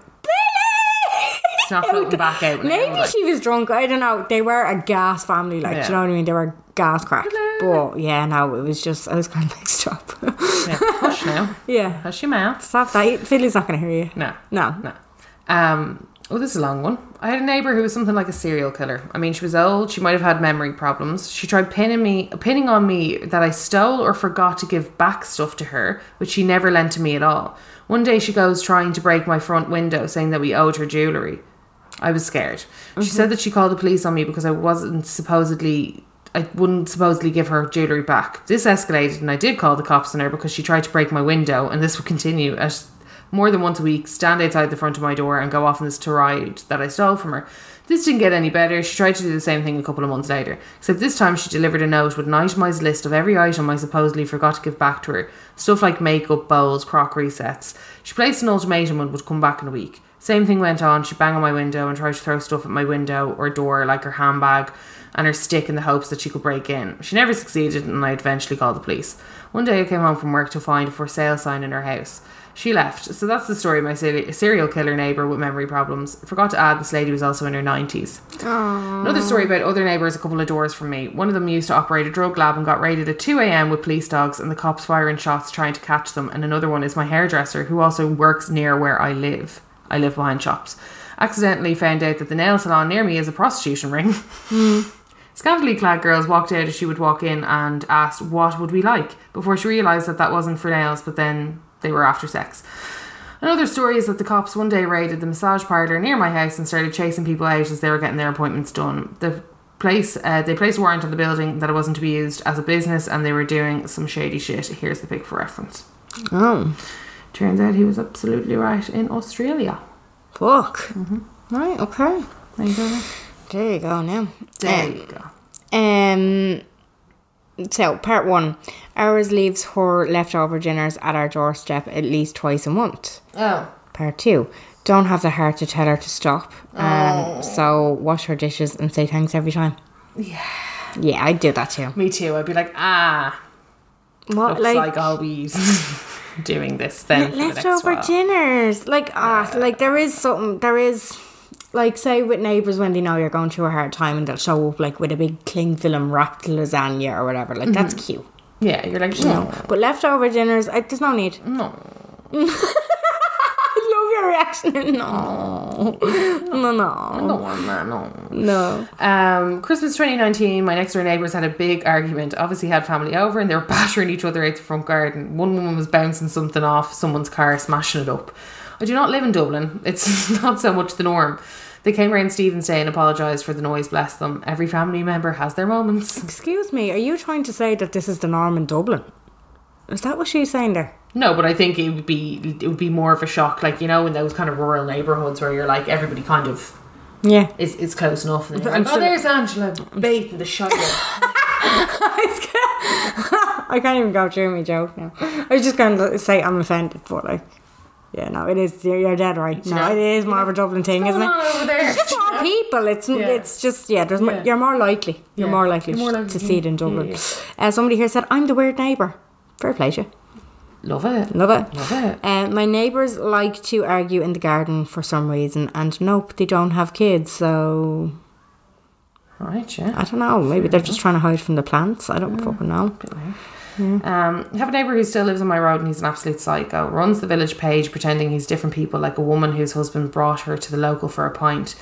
[SPEAKER 2] It's not floating back out. now,
[SPEAKER 3] Maybe
[SPEAKER 2] like-
[SPEAKER 3] she was drunk. I don't know. They were a gas family, like do
[SPEAKER 2] Yeah.
[SPEAKER 3] you know what I mean? They were gas crack. But yeah, no, it was just I was kind of like stop.
[SPEAKER 2] Yeah. Hush now.
[SPEAKER 3] [laughs] yeah,
[SPEAKER 2] Hush your mouth.
[SPEAKER 3] stop that. Philly's not gonna hear you.
[SPEAKER 2] No.
[SPEAKER 3] No.
[SPEAKER 2] No. Um, oh, this is a long one. I had a neighbor who was something like a serial killer. I mean, she was old. She might have had memory problems. She tried pinning me, pinning on me that I stole or forgot to give back stuff to her, which she never lent to me at all. One day, she goes trying to break my front window, saying that we owed her jewelry. I was scared. She said that she called the police on me because I wasn't supposedly. I wouldn't supposedly give her jewellery back. This escalated and I did call the cops on her because she tried to break my window and this would continue as more than once a week, stand outside the front of my door and go off on this tirade that I stole from her. This didn't get any better. She tried to do the same thing a couple of months later, except this time she delivered a note with an itemized list of every item I supposedly forgot to give back to her stuff like makeup, bowls, crockery sets. She placed an ultimatum and would come back in a week. Same thing went on. She'd bang on my window and try to throw stuff at my window or door, like her handbag and her stick, in the hopes that she could break in. She never succeeded, and I eventually called the police. One day I came home from work to find a for sale sign in her house. She left. So that's the story of my seri- serial killer neighbor with memory problems. Forgot to add, this lady was also in her 90s. Another story about other neighbours a couple of doors from me. One of them used to operate a drug lab and got raided at 2 a.m. with police dogs and the cops firing shots trying to catch them. And another one is my hairdresser, who also works near where I live. I live behind shops. Accidentally found out that the nail salon near me is a prostitution ring. [laughs] Scantily clad girls walked out as she would walk in and asked, What would we like? before she realised that that wasn't for nails, but then they were after sex. Another story is that the cops one day raided the massage parlour near my house and started chasing people out as they were getting their appointments done. The place uh, they placed a warrant on the building that it wasn't to be used as a business and they were doing some shady shit. Here's the pic for reference.
[SPEAKER 3] Oh,
[SPEAKER 2] Turns out he was absolutely right in Australia.
[SPEAKER 3] fuck.
[SPEAKER 2] Mm-hmm.
[SPEAKER 3] Right, okay.
[SPEAKER 2] There you go.
[SPEAKER 3] There you go now.
[SPEAKER 2] There you go.
[SPEAKER 3] Um. So, part one. Ours leaves her leftover dinners at our doorstep at least twice a month.
[SPEAKER 2] Oh.
[SPEAKER 3] Part two. Don't have the heart to tell her to stop.
[SPEAKER 2] Oh.
[SPEAKER 3] Um, So, wash her dishes and say thanks every time. Yeah. Yeah, I'd do that too.
[SPEAKER 2] Me too. I'd be like, ah,
[SPEAKER 3] What,
[SPEAKER 2] looks like, I'll be [laughs] doing this then. for the next
[SPEAKER 3] leftover
[SPEAKER 2] while.
[SPEAKER 3] dinners like ah like there is something there is like say with neighbors when they know you're going through a hard time and they'll show up like with a big cling film wrapped lasagna or whatever like that's
[SPEAKER 2] Mm-hmm.
[SPEAKER 3] cute
[SPEAKER 2] Yeah, you're like, no.
[SPEAKER 3] but leftover dinners I, there's no need no [laughs] i love your reaction [laughs] no no no
[SPEAKER 2] Don't want that, no.
[SPEAKER 3] no
[SPEAKER 2] Um, Christmas 2019, my next door neighbours had a big argument. Obviously, had family over and they were [laughs] battering each other out the front garden. One woman was bouncing something off someone's car, smashing it up. I do not live in Dublin, it's [laughs] not so much the norm. They came around Stephen's Day and apologised for the noise, bless them. Every family member has their moments.
[SPEAKER 3] excuse me are you trying to say that this is the norm in dublin is that what she's saying there
[SPEAKER 2] No, but I think it would be it would be more of a shock, like you know, in those kind of rural neighbourhoods where you're like everybody kind of
[SPEAKER 3] yeah
[SPEAKER 2] is, is close enough. And then you're
[SPEAKER 3] I'm
[SPEAKER 2] like, oh,
[SPEAKER 3] still-
[SPEAKER 2] there's Angela baiting the shotgun.
[SPEAKER 3] [laughs] I can't even go through my joke now. I was just going to say I'm offended, but like, yeah, no, it is. You're, you're dead right. No,
[SPEAKER 2] know?
[SPEAKER 3] it is more of a Dublin thing, isn't
[SPEAKER 2] Come
[SPEAKER 3] it?
[SPEAKER 2] on over there.
[SPEAKER 3] It's
[SPEAKER 2] [laughs]
[SPEAKER 3] more people. It's it's just yeah. There's More,
[SPEAKER 2] Yeah.
[SPEAKER 3] you're more likely. You're
[SPEAKER 2] Yeah.
[SPEAKER 3] more likely,
[SPEAKER 2] You're more
[SPEAKER 3] to-
[SPEAKER 2] likely
[SPEAKER 3] to
[SPEAKER 2] to-
[SPEAKER 3] see it in Dublin. Uh, somebody here said I'm the weird neighbour. Fair play to you.
[SPEAKER 2] Love it.
[SPEAKER 3] Love it.
[SPEAKER 2] Love it.
[SPEAKER 3] Uh, my neighbours like to argue in the garden for some reason, and nope, they don't have kids, so
[SPEAKER 2] Right, yeah.
[SPEAKER 3] I don't know. Maybe they're just trying to hide from the plants. I
[SPEAKER 2] Mm.
[SPEAKER 3] don't fucking know.
[SPEAKER 2] Um, I have a neighbour who still lives on my road and he's an absolute psycho. Runs the village page pretending he's different people, like a woman whose husband brought her to the local for a pint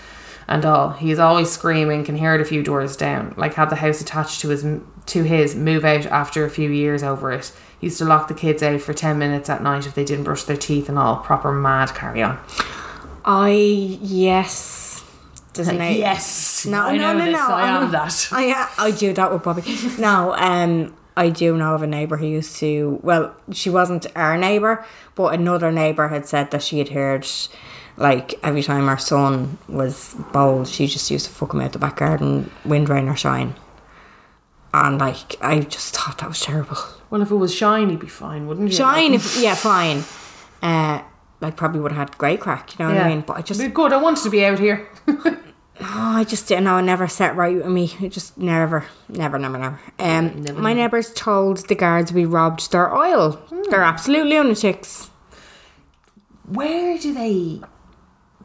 [SPEAKER 2] and all. He is always screaming, can hear it a few doors down. Like had the house attached to his to his, move out after a few years over it. Used to lock the kids out for ten minutes at night if they didn't brush their teeth and all. Proper mad carry on.
[SPEAKER 3] I yes. Doesn't it?
[SPEAKER 2] Yes.
[SPEAKER 3] No,
[SPEAKER 2] I
[SPEAKER 3] no,
[SPEAKER 2] know
[SPEAKER 3] no,
[SPEAKER 2] this,
[SPEAKER 3] no.
[SPEAKER 2] I
[SPEAKER 3] I'm
[SPEAKER 2] am
[SPEAKER 3] not-
[SPEAKER 2] that.
[SPEAKER 3] I, uh, I do that with Bobby. No, um, I do know of a neighbour who used to. Well, she wasn't our neighbour, but another neighbour had said that she had heard, like every time her son was bold, she just used to fuck him out the back garden, wind, rain or shine. And like, I just thought that was terrible.
[SPEAKER 2] Well, if it was shine, he'd be fine, wouldn't you?
[SPEAKER 3] Shine, if yeah, fine. Uh, like probably would have had great crack. You know what I mean? But I just
[SPEAKER 2] Be good. I wanted to be out here.
[SPEAKER 3] Oh, I just didn't know. It never sat right with me. It just never, never, never, never. Um, my neighbours told the guards we robbed their oil. They're absolute lunatics.
[SPEAKER 2] where do they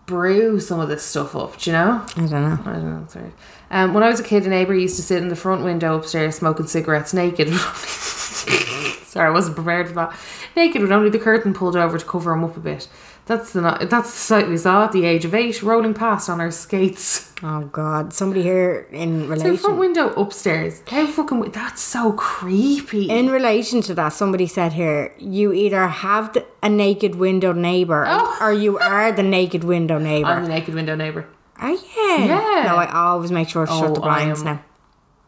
[SPEAKER 2] brew some of this stuff up? Do you know?
[SPEAKER 3] I don't know.
[SPEAKER 2] I don't know. It's weird. Um, when I was a kid, a neighbour used to sit in the front window upstairs smoking cigarettes naked. [laughs] Sorry, I wasn't prepared for that. Naked with only the curtain pulled over to cover him up a bit. That's the not, that's the sight we saw at the age of eight, rolling past on our skates.
[SPEAKER 3] Oh God, somebody here in
[SPEAKER 2] So the
[SPEAKER 3] relation
[SPEAKER 2] front window upstairs. How fucking we- that's so creepy.
[SPEAKER 3] in relation to that. Somebody said here, you either have the, a naked window neighbour,
[SPEAKER 2] Oh.
[SPEAKER 3] or you are the naked window [laughs]
[SPEAKER 2] I'm
[SPEAKER 3] neighbour.
[SPEAKER 2] the naked window neighbour.
[SPEAKER 3] Are you? Yeah. No, I always make sure to shut
[SPEAKER 2] Oh,
[SPEAKER 3] the blinds
[SPEAKER 2] I am-
[SPEAKER 3] now.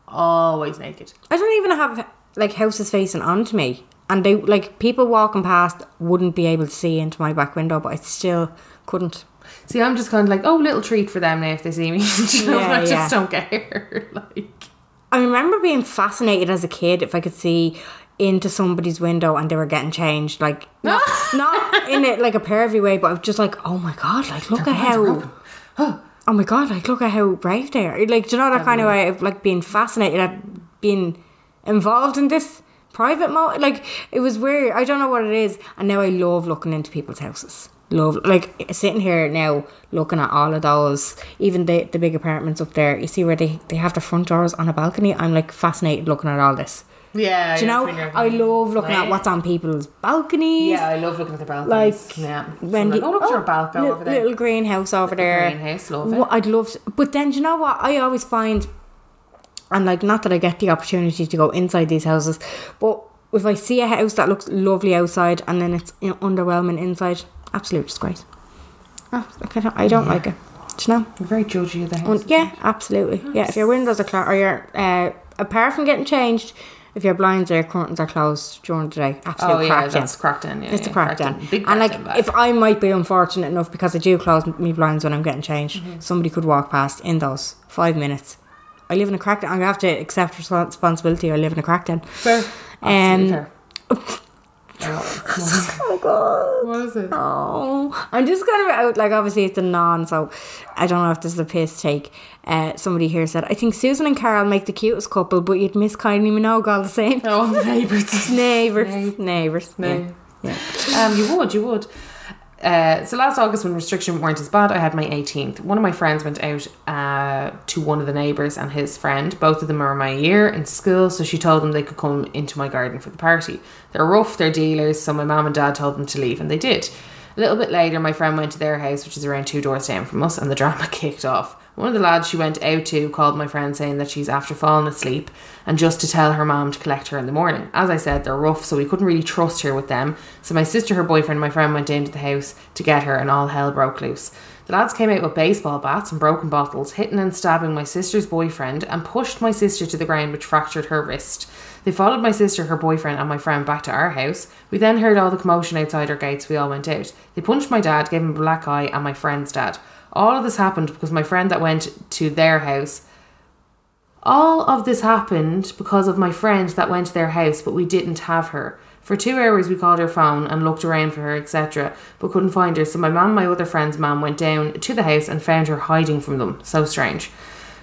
[SPEAKER 2] Always naked.
[SPEAKER 3] I don't even have like houses facing onto me, and they like people walking past wouldn't be able to see into my back window, but I still couldn't.
[SPEAKER 2] See, I'm just kind of like, oh, little treat for them now if they see me. [laughs] Do you know?
[SPEAKER 3] Yeah,
[SPEAKER 2] I just
[SPEAKER 3] yeah.
[SPEAKER 2] don't care. [laughs] like.
[SPEAKER 3] I remember being fascinated as a kid if I could see into somebody's window and they were getting changed, like not, not in it like a pervy way, but I was just like, oh my god, like look at how. Oh my god! Like, look at how brave they are. Like, do you know that kind of way of like being fascinated at being involved in this? private mo like it was weird. I don't know what it is. And now I love looking into people's houses. Love like sitting here now looking at all of those, even the the big apartments up there. You see where they they have the front doors on a balcony. I'm like fascinated looking at all this.
[SPEAKER 2] Yeah.
[SPEAKER 3] Do you
[SPEAKER 2] yeah,
[SPEAKER 3] know?
[SPEAKER 2] finger-
[SPEAKER 3] I love looking at
[SPEAKER 2] Right.
[SPEAKER 3] what's on people's balconies.
[SPEAKER 2] Yeah, I love looking at the balconies.
[SPEAKER 3] Like
[SPEAKER 2] yeah.
[SPEAKER 3] when
[SPEAKER 2] So I'm like,
[SPEAKER 3] the-
[SPEAKER 2] oh, look at your
[SPEAKER 3] oh,
[SPEAKER 2] balcony
[SPEAKER 3] li-
[SPEAKER 2] over there.
[SPEAKER 3] Little greenhouse over there.
[SPEAKER 2] greenhouse, love
[SPEAKER 3] Wha-
[SPEAKER 2] it.
[SPEAKER 3] I'd love, to, but then do you know what? I always find, and like not that I get the opportunity to go inside these houses, but if I see a house that looks lovely outside and then it's you know, underwhelming inside, absolute disgrace. Ah, like I don't, I don't like it. Do you know?
[SPEAKER 2] You're very judgy of the house.
[SPEAKER 3] Un- yeah, absolutely. Yeah, if your windows are closed or your uh, apart from getting changed, if your blinds or your curtains are closed during the day, absolute
[SPEAKER 2] Oh, yeah,
[SPEAKER 3] crack
[SPEAKER 2] that's
[SPEAKER 3] down.
[SPEAKER 2] cracked in. Yeah,
[SPEAKER 3] It's
[SPEAKER 2] yeah,
[SPEAKER 3] a crack
[SPEAKER 2] cracked
[SPEAKER 3] down.
[SPEAKER 2] in. Big crack
[SPEAKER 3] and like,
[SPEAKER 2] down back.
[SPEAKER 3] if I might be unfortunate enough because I do close my blinds when I'm getting changed,
[SPEAKER 2] Mm-hmm.
[SPEAKER 3] somebody could walk past in those five minutes. I live in a crack down. I'm gonna have to accept respons- responsibility. I live in a crack down.
[SPEAKER 2] Fair.
[SPEAKER 3] Um,
[SPEAKER 2] Fair. Oh,
[SPEAKER 3] [laughs] Oh my god.
[SPEAKER 2] what is it?
[SPEAKER 3] Oh, I'm just kind of out. Like, obviously, it's a non, so I don't know if this is a piss take. Uh, somebody here said, I think Susan and Carol make the cutest couple, but you'd miss Kylie Minogue all the same.
[SPEAKER 2] [laughs] Oh, the neighbours.
[SPEAKER 3] [laughs] Neighbours, neighbours,
[SPEAKER 2] No.
[SPEAKER 3] Yeah.
[SPEAKER 2] Um, you would, you would. Uh, so last August, when restriction weren't as bad, I had my 18th. One of my friends went out uh, to one of the neighbours and his friend. Both of them are my year in school, so she told them they could come into my garden for the party. They're rough, they're dealers, so my mum and dad told them to leave, and they did. A little bit later, my friend went to their house, which is around two doors down from us, and the drama [laughs] kicked off. One of the lads she went out to called my friend saying that she's after falling asleep and just to tell her mom to collect her in the morning. As I said, they're rough, so we couldn't really trust her with them. So my sister, her boyfriend, and my friend went down to the house to get her, and all hell broke loose. The lads came out with baseball bats and broken bottles, hitting and stabbing my sister's boyfriend, and pushed my sister to the ground, which fractured her wrist. They followed my sister, her boyfriend, and my friend back to our house. We then heard all the commotion outside our gates. We all went out. They punched my dad, gave him a black eye, and my friend's dad. All of this happened because my friend that went to their house. All of this happened because of my friend that went to their house, but we didn't have her. For two hours, we called her phone and looked around for her, etc., but couldn't find her. So my mum, and my other friend's mum, went down to the house and found her hiding from them. So strange.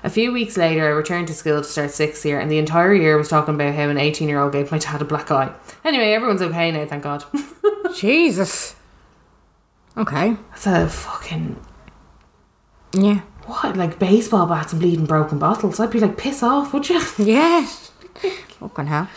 [SPEAKER 2] A few weeks later, I returned to school to start sixth year, and the entire year was talking about how an 18 year old gave my dad a black eye. Anyway, everyone's okay now, thank God. [laughs]
[SPEAKER 3] Jesus. Okay.
[SPEAKER 2] That's a fucking.
[SPEAKER 3] Yeah.
[SPEAKER 2] What? Like baseball bats and bleeding broken bottles? I'd be like, piss off, would [laughs] you?
[SPEAKER 3] Yeah. [laughs] Fucking hell.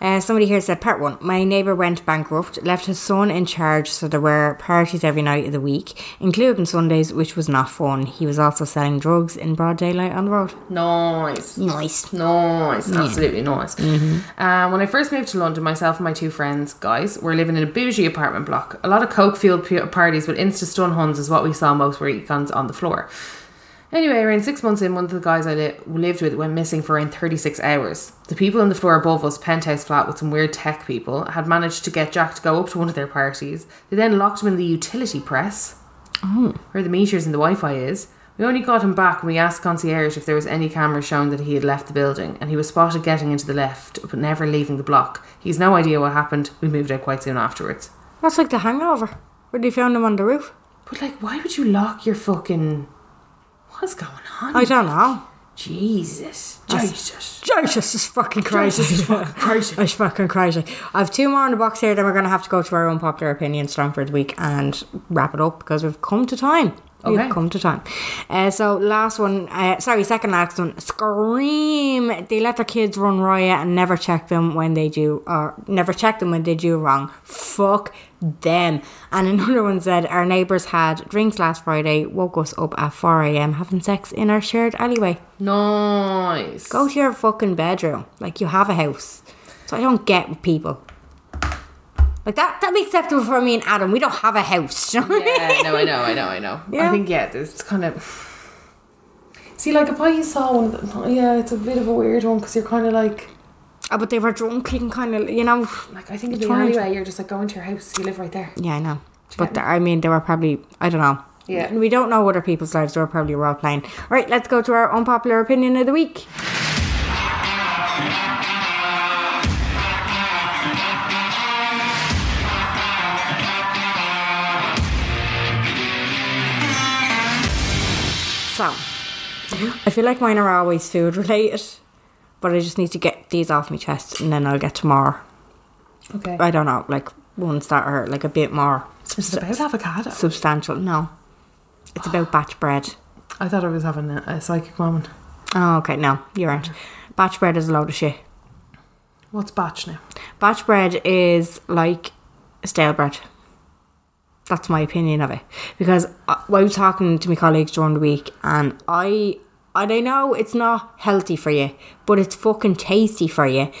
[SPEAKER 3] Uh, somebody here said part one. My neighbour went bankrupt, left his son in charge, so there were parties every night of the week, including Sundays, which was not fun. He was also selling drugs in broad daylight on the road.
[SPEAKER 2] Nice.
[SPEAKER 3] Nice.
[SPEAKER 2] Nice, absolutely nice. Uh, when I first moved to London, myself and my two friends, guys, were living in a bougie apartment block. A lot of coke fueled parties with insta stun huns is what we saw most were guns on the floor. Anyway, around six months in, one of the guys I li- lived with went missing for around 36 hours. The people on the floor above us, penthouse flat with some weird tech people, had managed to get Jack to go up to one of their parties. They then locked him in the utility press where the meters and the Wi-Fi is. We only got him back when we asked concierge if there was any camera showing that he had left the building, and he was spotted getting into the left, but never leaving the block. He's no idea what happened. We moved out quite soon afterwards.
[SPEAKER 3] That's like the hangover, where they found him on the roof.
[SPEAKER 2] But like, why would you lock your fucking? What's going on?
[SPEAKER 3] I don't know.
[SPEAKER 2] Jesus, Jesus,
[SPEAKER 3] Jesus is fucking [laughs] crazy. It's fucking crazy. I've two more in the box here, then we're going to have to go to our own popular opinion storm for the week and wrap it up because we've come to time. We've
[SPEAKER 2] Okay.
[SPEAKER 3] come to time. Uh, so, last one, uh, sorry, second last one. Scream. They let their kids run riot and never check them when they do, or never check them when they do wrong. Fuck them. And [laughs] another one said, Our neighbours had drinks last Friday, woke us up at 4 a.m. having sex in our shared alleyway
[SPEAKER 2] nice.
[SPEAKER 3] go to your fucking bedroom. Like you have a house. So I don't get with people. Like that that'd be acceptable for me and Adam. We don't have a house. [laughs] you know what I mean?
[SPEAKER 2] Yeah, no, I know, I know, I know. I
[SPEAKER 3] Yeah.
[SPEAKER 2] think yeah, it's kind of. See, like if I saw one, of them- yeah, it's a bit of a weird one because you're kind of like.
[SPEAKER 3] Oh, but they were drunk and kind of you know
[SPEAKER 2] Like I think in
[SPEAKER 3] It's
[SPEAKER 2] the
[SPEAKER 3] fine.
[SPEAKER 2] alleyway, you're just like going to your house. You live right there.
[SPEAKER 3] Yeah, I know. But there, I mean they were probably I don't know.
[SPEAKER 2] Yeah.
[SPEAKER 3] We don't know other people's lives, they were probably role playing. Alright, let's go to our unpopular opinion of the week. So, I feel like mine are always food related, but I just need to get these off my chest and then I'll get to more
[SPEAKER 2] Okay.
[SPEAKER 3] I don't know, like ones that are like a bit more
[SPEAKER 2] Is it about avocado?
[SPEAKER 3] substantial. No, it's about batch bread.
[SPEAKER 2] I thought I was having a, a psychic moment.
[SPEAKER 3] Oh, okay, no, you're right. Batch bread is a load of shit.
[SPEAKER 2] What's batch now?
[SPEAKER 3] Batch bread is like stale bread. That's my opinion of it. Because I, I was talking to my colleagues during the week and I and I know it's not healthy for you, but it's fucking tasty for you.